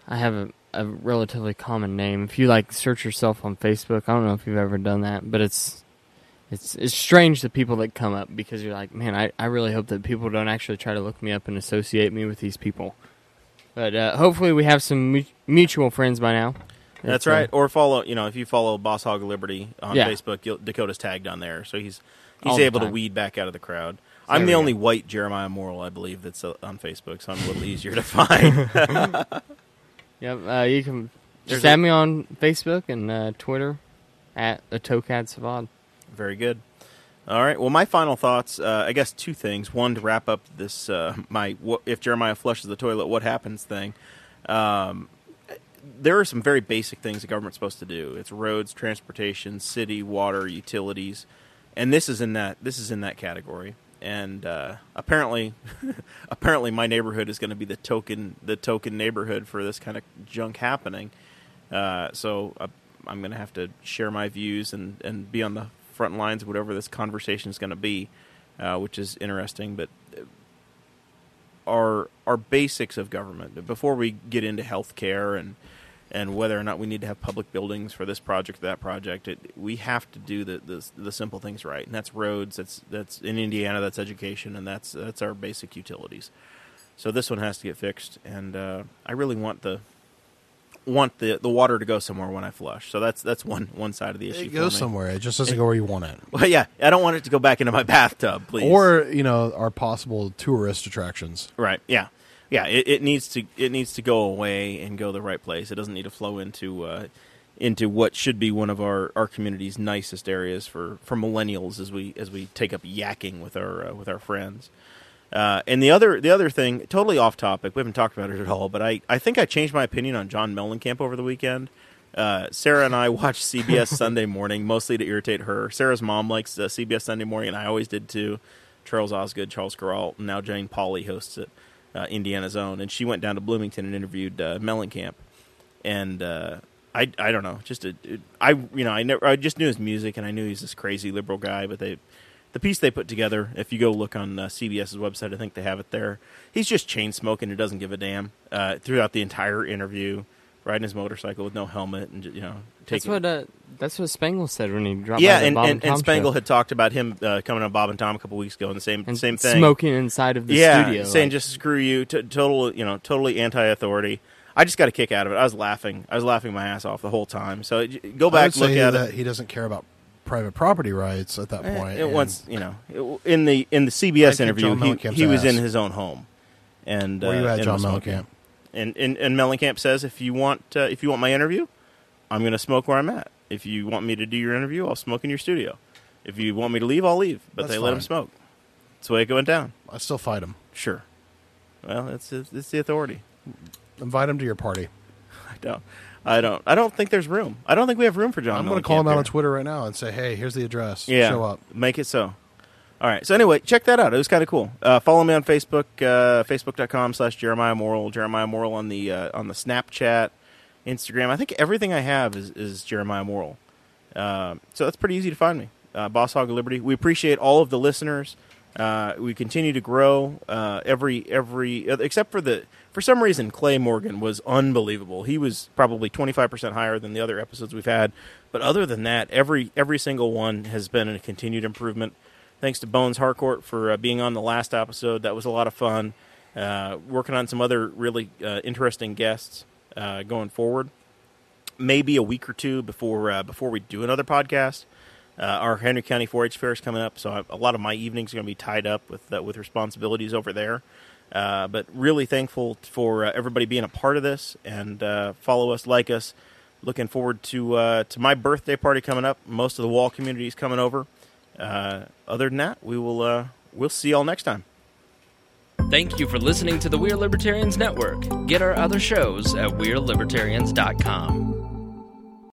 B: I have a, a relatively common name. If you like search yourself on Facebook, I don't know if you've ever done that, but it's it's it's strange the people that come up because you're like, man, I, I really hope that people don't actually try to look me up and associate me with these people. But uh, hopefully, we have some mu- mutual friends by now.
A: That's
B: It's, uh,
A: right. Or follow, you know, if you follow Boss Hog Liberty on
D: Yeah.
A: Facebook, you'll, Dakota's tagged on there, so he's
D: All
A: he's
D: the
A: able to
D: time.
A: weed back out of the crowd. I'm the
B: There we go.
A: only white Jeremiah Morrill, I believe, that's uh, on Facebook, so I'm a little easier to find.
B: Yep. Uh, you can
A: There's
B: just add
A: a-
B: me on Facebook and uh, Twitter at the Tokad Savad.
A: Very good. All right. Well, my final thoughts. Uh, I guess two things. One to wrap up this uh, my what, if Jeremiah flushes the toilet, what happens thing. Um, there are some very basic things the government's supposed to do. It's roads, transportation, city, water, utilities, and this is in that this is in that category. And uh, apparently, apparently, my neighborhood is going to be the token the token neighborhood for this kind of junk happening. Uh, so I, I'm going to have to share my views and, and be on the front lines of whatever this conversation is going to be, uh, which is interesting. But uh, our our basics of government before we get into healthcare and and whether or not we need to have public buildings for this project or that project, it, we have to do the, the the simple things right, and that's roads. That's that's in Indiana. That's education, and that's that's our basic utilities. So this one has to get fixed, and uh, I really want the want the, the water to go somewhere when I flush. So that's that's one one side of the issue.
C: It
A: for
C: goes
A: me.
C: somewhere. It just doesn't go where you want it.
A: Well, yeah, I don't want it to go back into my bathtub, please.
C: Or you know, our possible tourist attractions.
A: right, yeah, yeah. It, it needs to it needs to go away and go the right place. It doesn't need to flow into uh, into what should be one of our, our community's nicest areas for, for millennials as we as we take up yakking with our uh, with our friends. Uh, and the other the other thing, totally off topic, we haven't talked about it at all, but I, I think I changed my opinion on John Mellencamp over the weekend. Uh, Sarah and I watched CBS Sunday Morning mostly to irritate her. Sarah's mom likes uh, CBS Sunday Morning, and I always did too. Charles Osgood, Charles Garral, now Jane Pauley hosts it, uh, Indiana's own, and she went down to Bloomington and interviewed uh, Mellencamp and uh, I I don't know, just a I you know I never I just knew his music and I knew he's this crazy liberal guy, but they the piece they put together, if you go look on uh, CBS's website, I think they have it there. He's just chain smoking and doesn't give a damn uh, throughout the entire interview, riding his motorcycle with no helmet and ju- you know
B: That's
A: taking.
B: what uh, that's what Spangle said when he dropped.
A: yeah,
B: by the
A: and,
B: Bob
A: and,
B: and,
A: and,
B: Tom
A: Spangle
B: show.
A: had talked about him uh, coming on Bob and Tom a couple weeks ago, and the same
B: and
A: same thing
B: smoking inside of the
A: yeah,
B: studio.
A: saying
B: like,
A: just screw you, t- total, you know, totally anti-authority. I just got a kick out of it. I was laughing. I was laughing my ass off the whole time. So it- go
C: I
A: back,
C: would
A: look
C: say
A: at
C: that
A: it.
C: he doesn't care about private property rights at that
A: Eh,
C: point.
A: it
C: and-
A: once, you know, it- in the in the
C: I
A: CBS
C: kicked
A: interview,
C: John
A: he,
C: Mellencamp's
A: he was in
C: ass.
A: his own home. And
C: Where
A: uh,
C: you at,
A: and
C: John
A: was smoking.
C: Mellencamp?
A: And, and and Mellencamp says, if you want uh, if you want my interview, I'm going to smoke where I'm at. If you want me to do your interview, I'll smoke in your studio. If you want me to leave, I'll leave. But
C: That's
A: they let him
C: fine.
A: smoke. That's the way it went down.
C: I still fight him.
A: Sure. Well, that's it's the authority.
C: Invite him to your party.
A: I don't. I don't. I don't think there's room. I don't think we have room for John.
C: I'm going to
A: Mellencamp
C: call him out
A: here.
C: on Twitter right now and say, "Hey, here's the address.
A: Yeah,
C: Show up."
A: Make it so. All right. So anyway, check that out. It was kind of cool. Uh, follow me on Facebook, uh, facebook.com slash Jeremiah Morrill. Jeremiah Morrill on the uh, on the Snapchat, Instagram. I think everything I have is, is Jeremiah Morrill. Um, so that's pretty easy to find me. Uh, Boss Hog of Liberty. We appreciate all of the listeners. Uh, we continue to grow uh, every every uh, except for the for some reason Clay Morgan was unbelievable. He was probably twenty five percent higher than the other episodes we've had, but other than that, every every single one has been a continued improvement. Thanks to Bones Harcourt for uh, being on the last episode. That was a lot of fun. Uh, working on some other really uh, interesting guests uh, going forward maybe a week or two before uh, before we do another podcast. Uh, our Henry County 4-H fair is coming up, so I, a lot of my evenings are going to be tied up with uh, with responsibilities over there. Uh, but really thankful for uh, everybody being a part of this and uh, follow us, like us. Looking forward to uh, to my birthday party coming up. Most of the wall community is coming over. Uh, other than that, we will uh, we'll see y'all next time.
D: Thank you for listening to the We're Libertarians Network. Get our other shows at We'reLibertarians.com.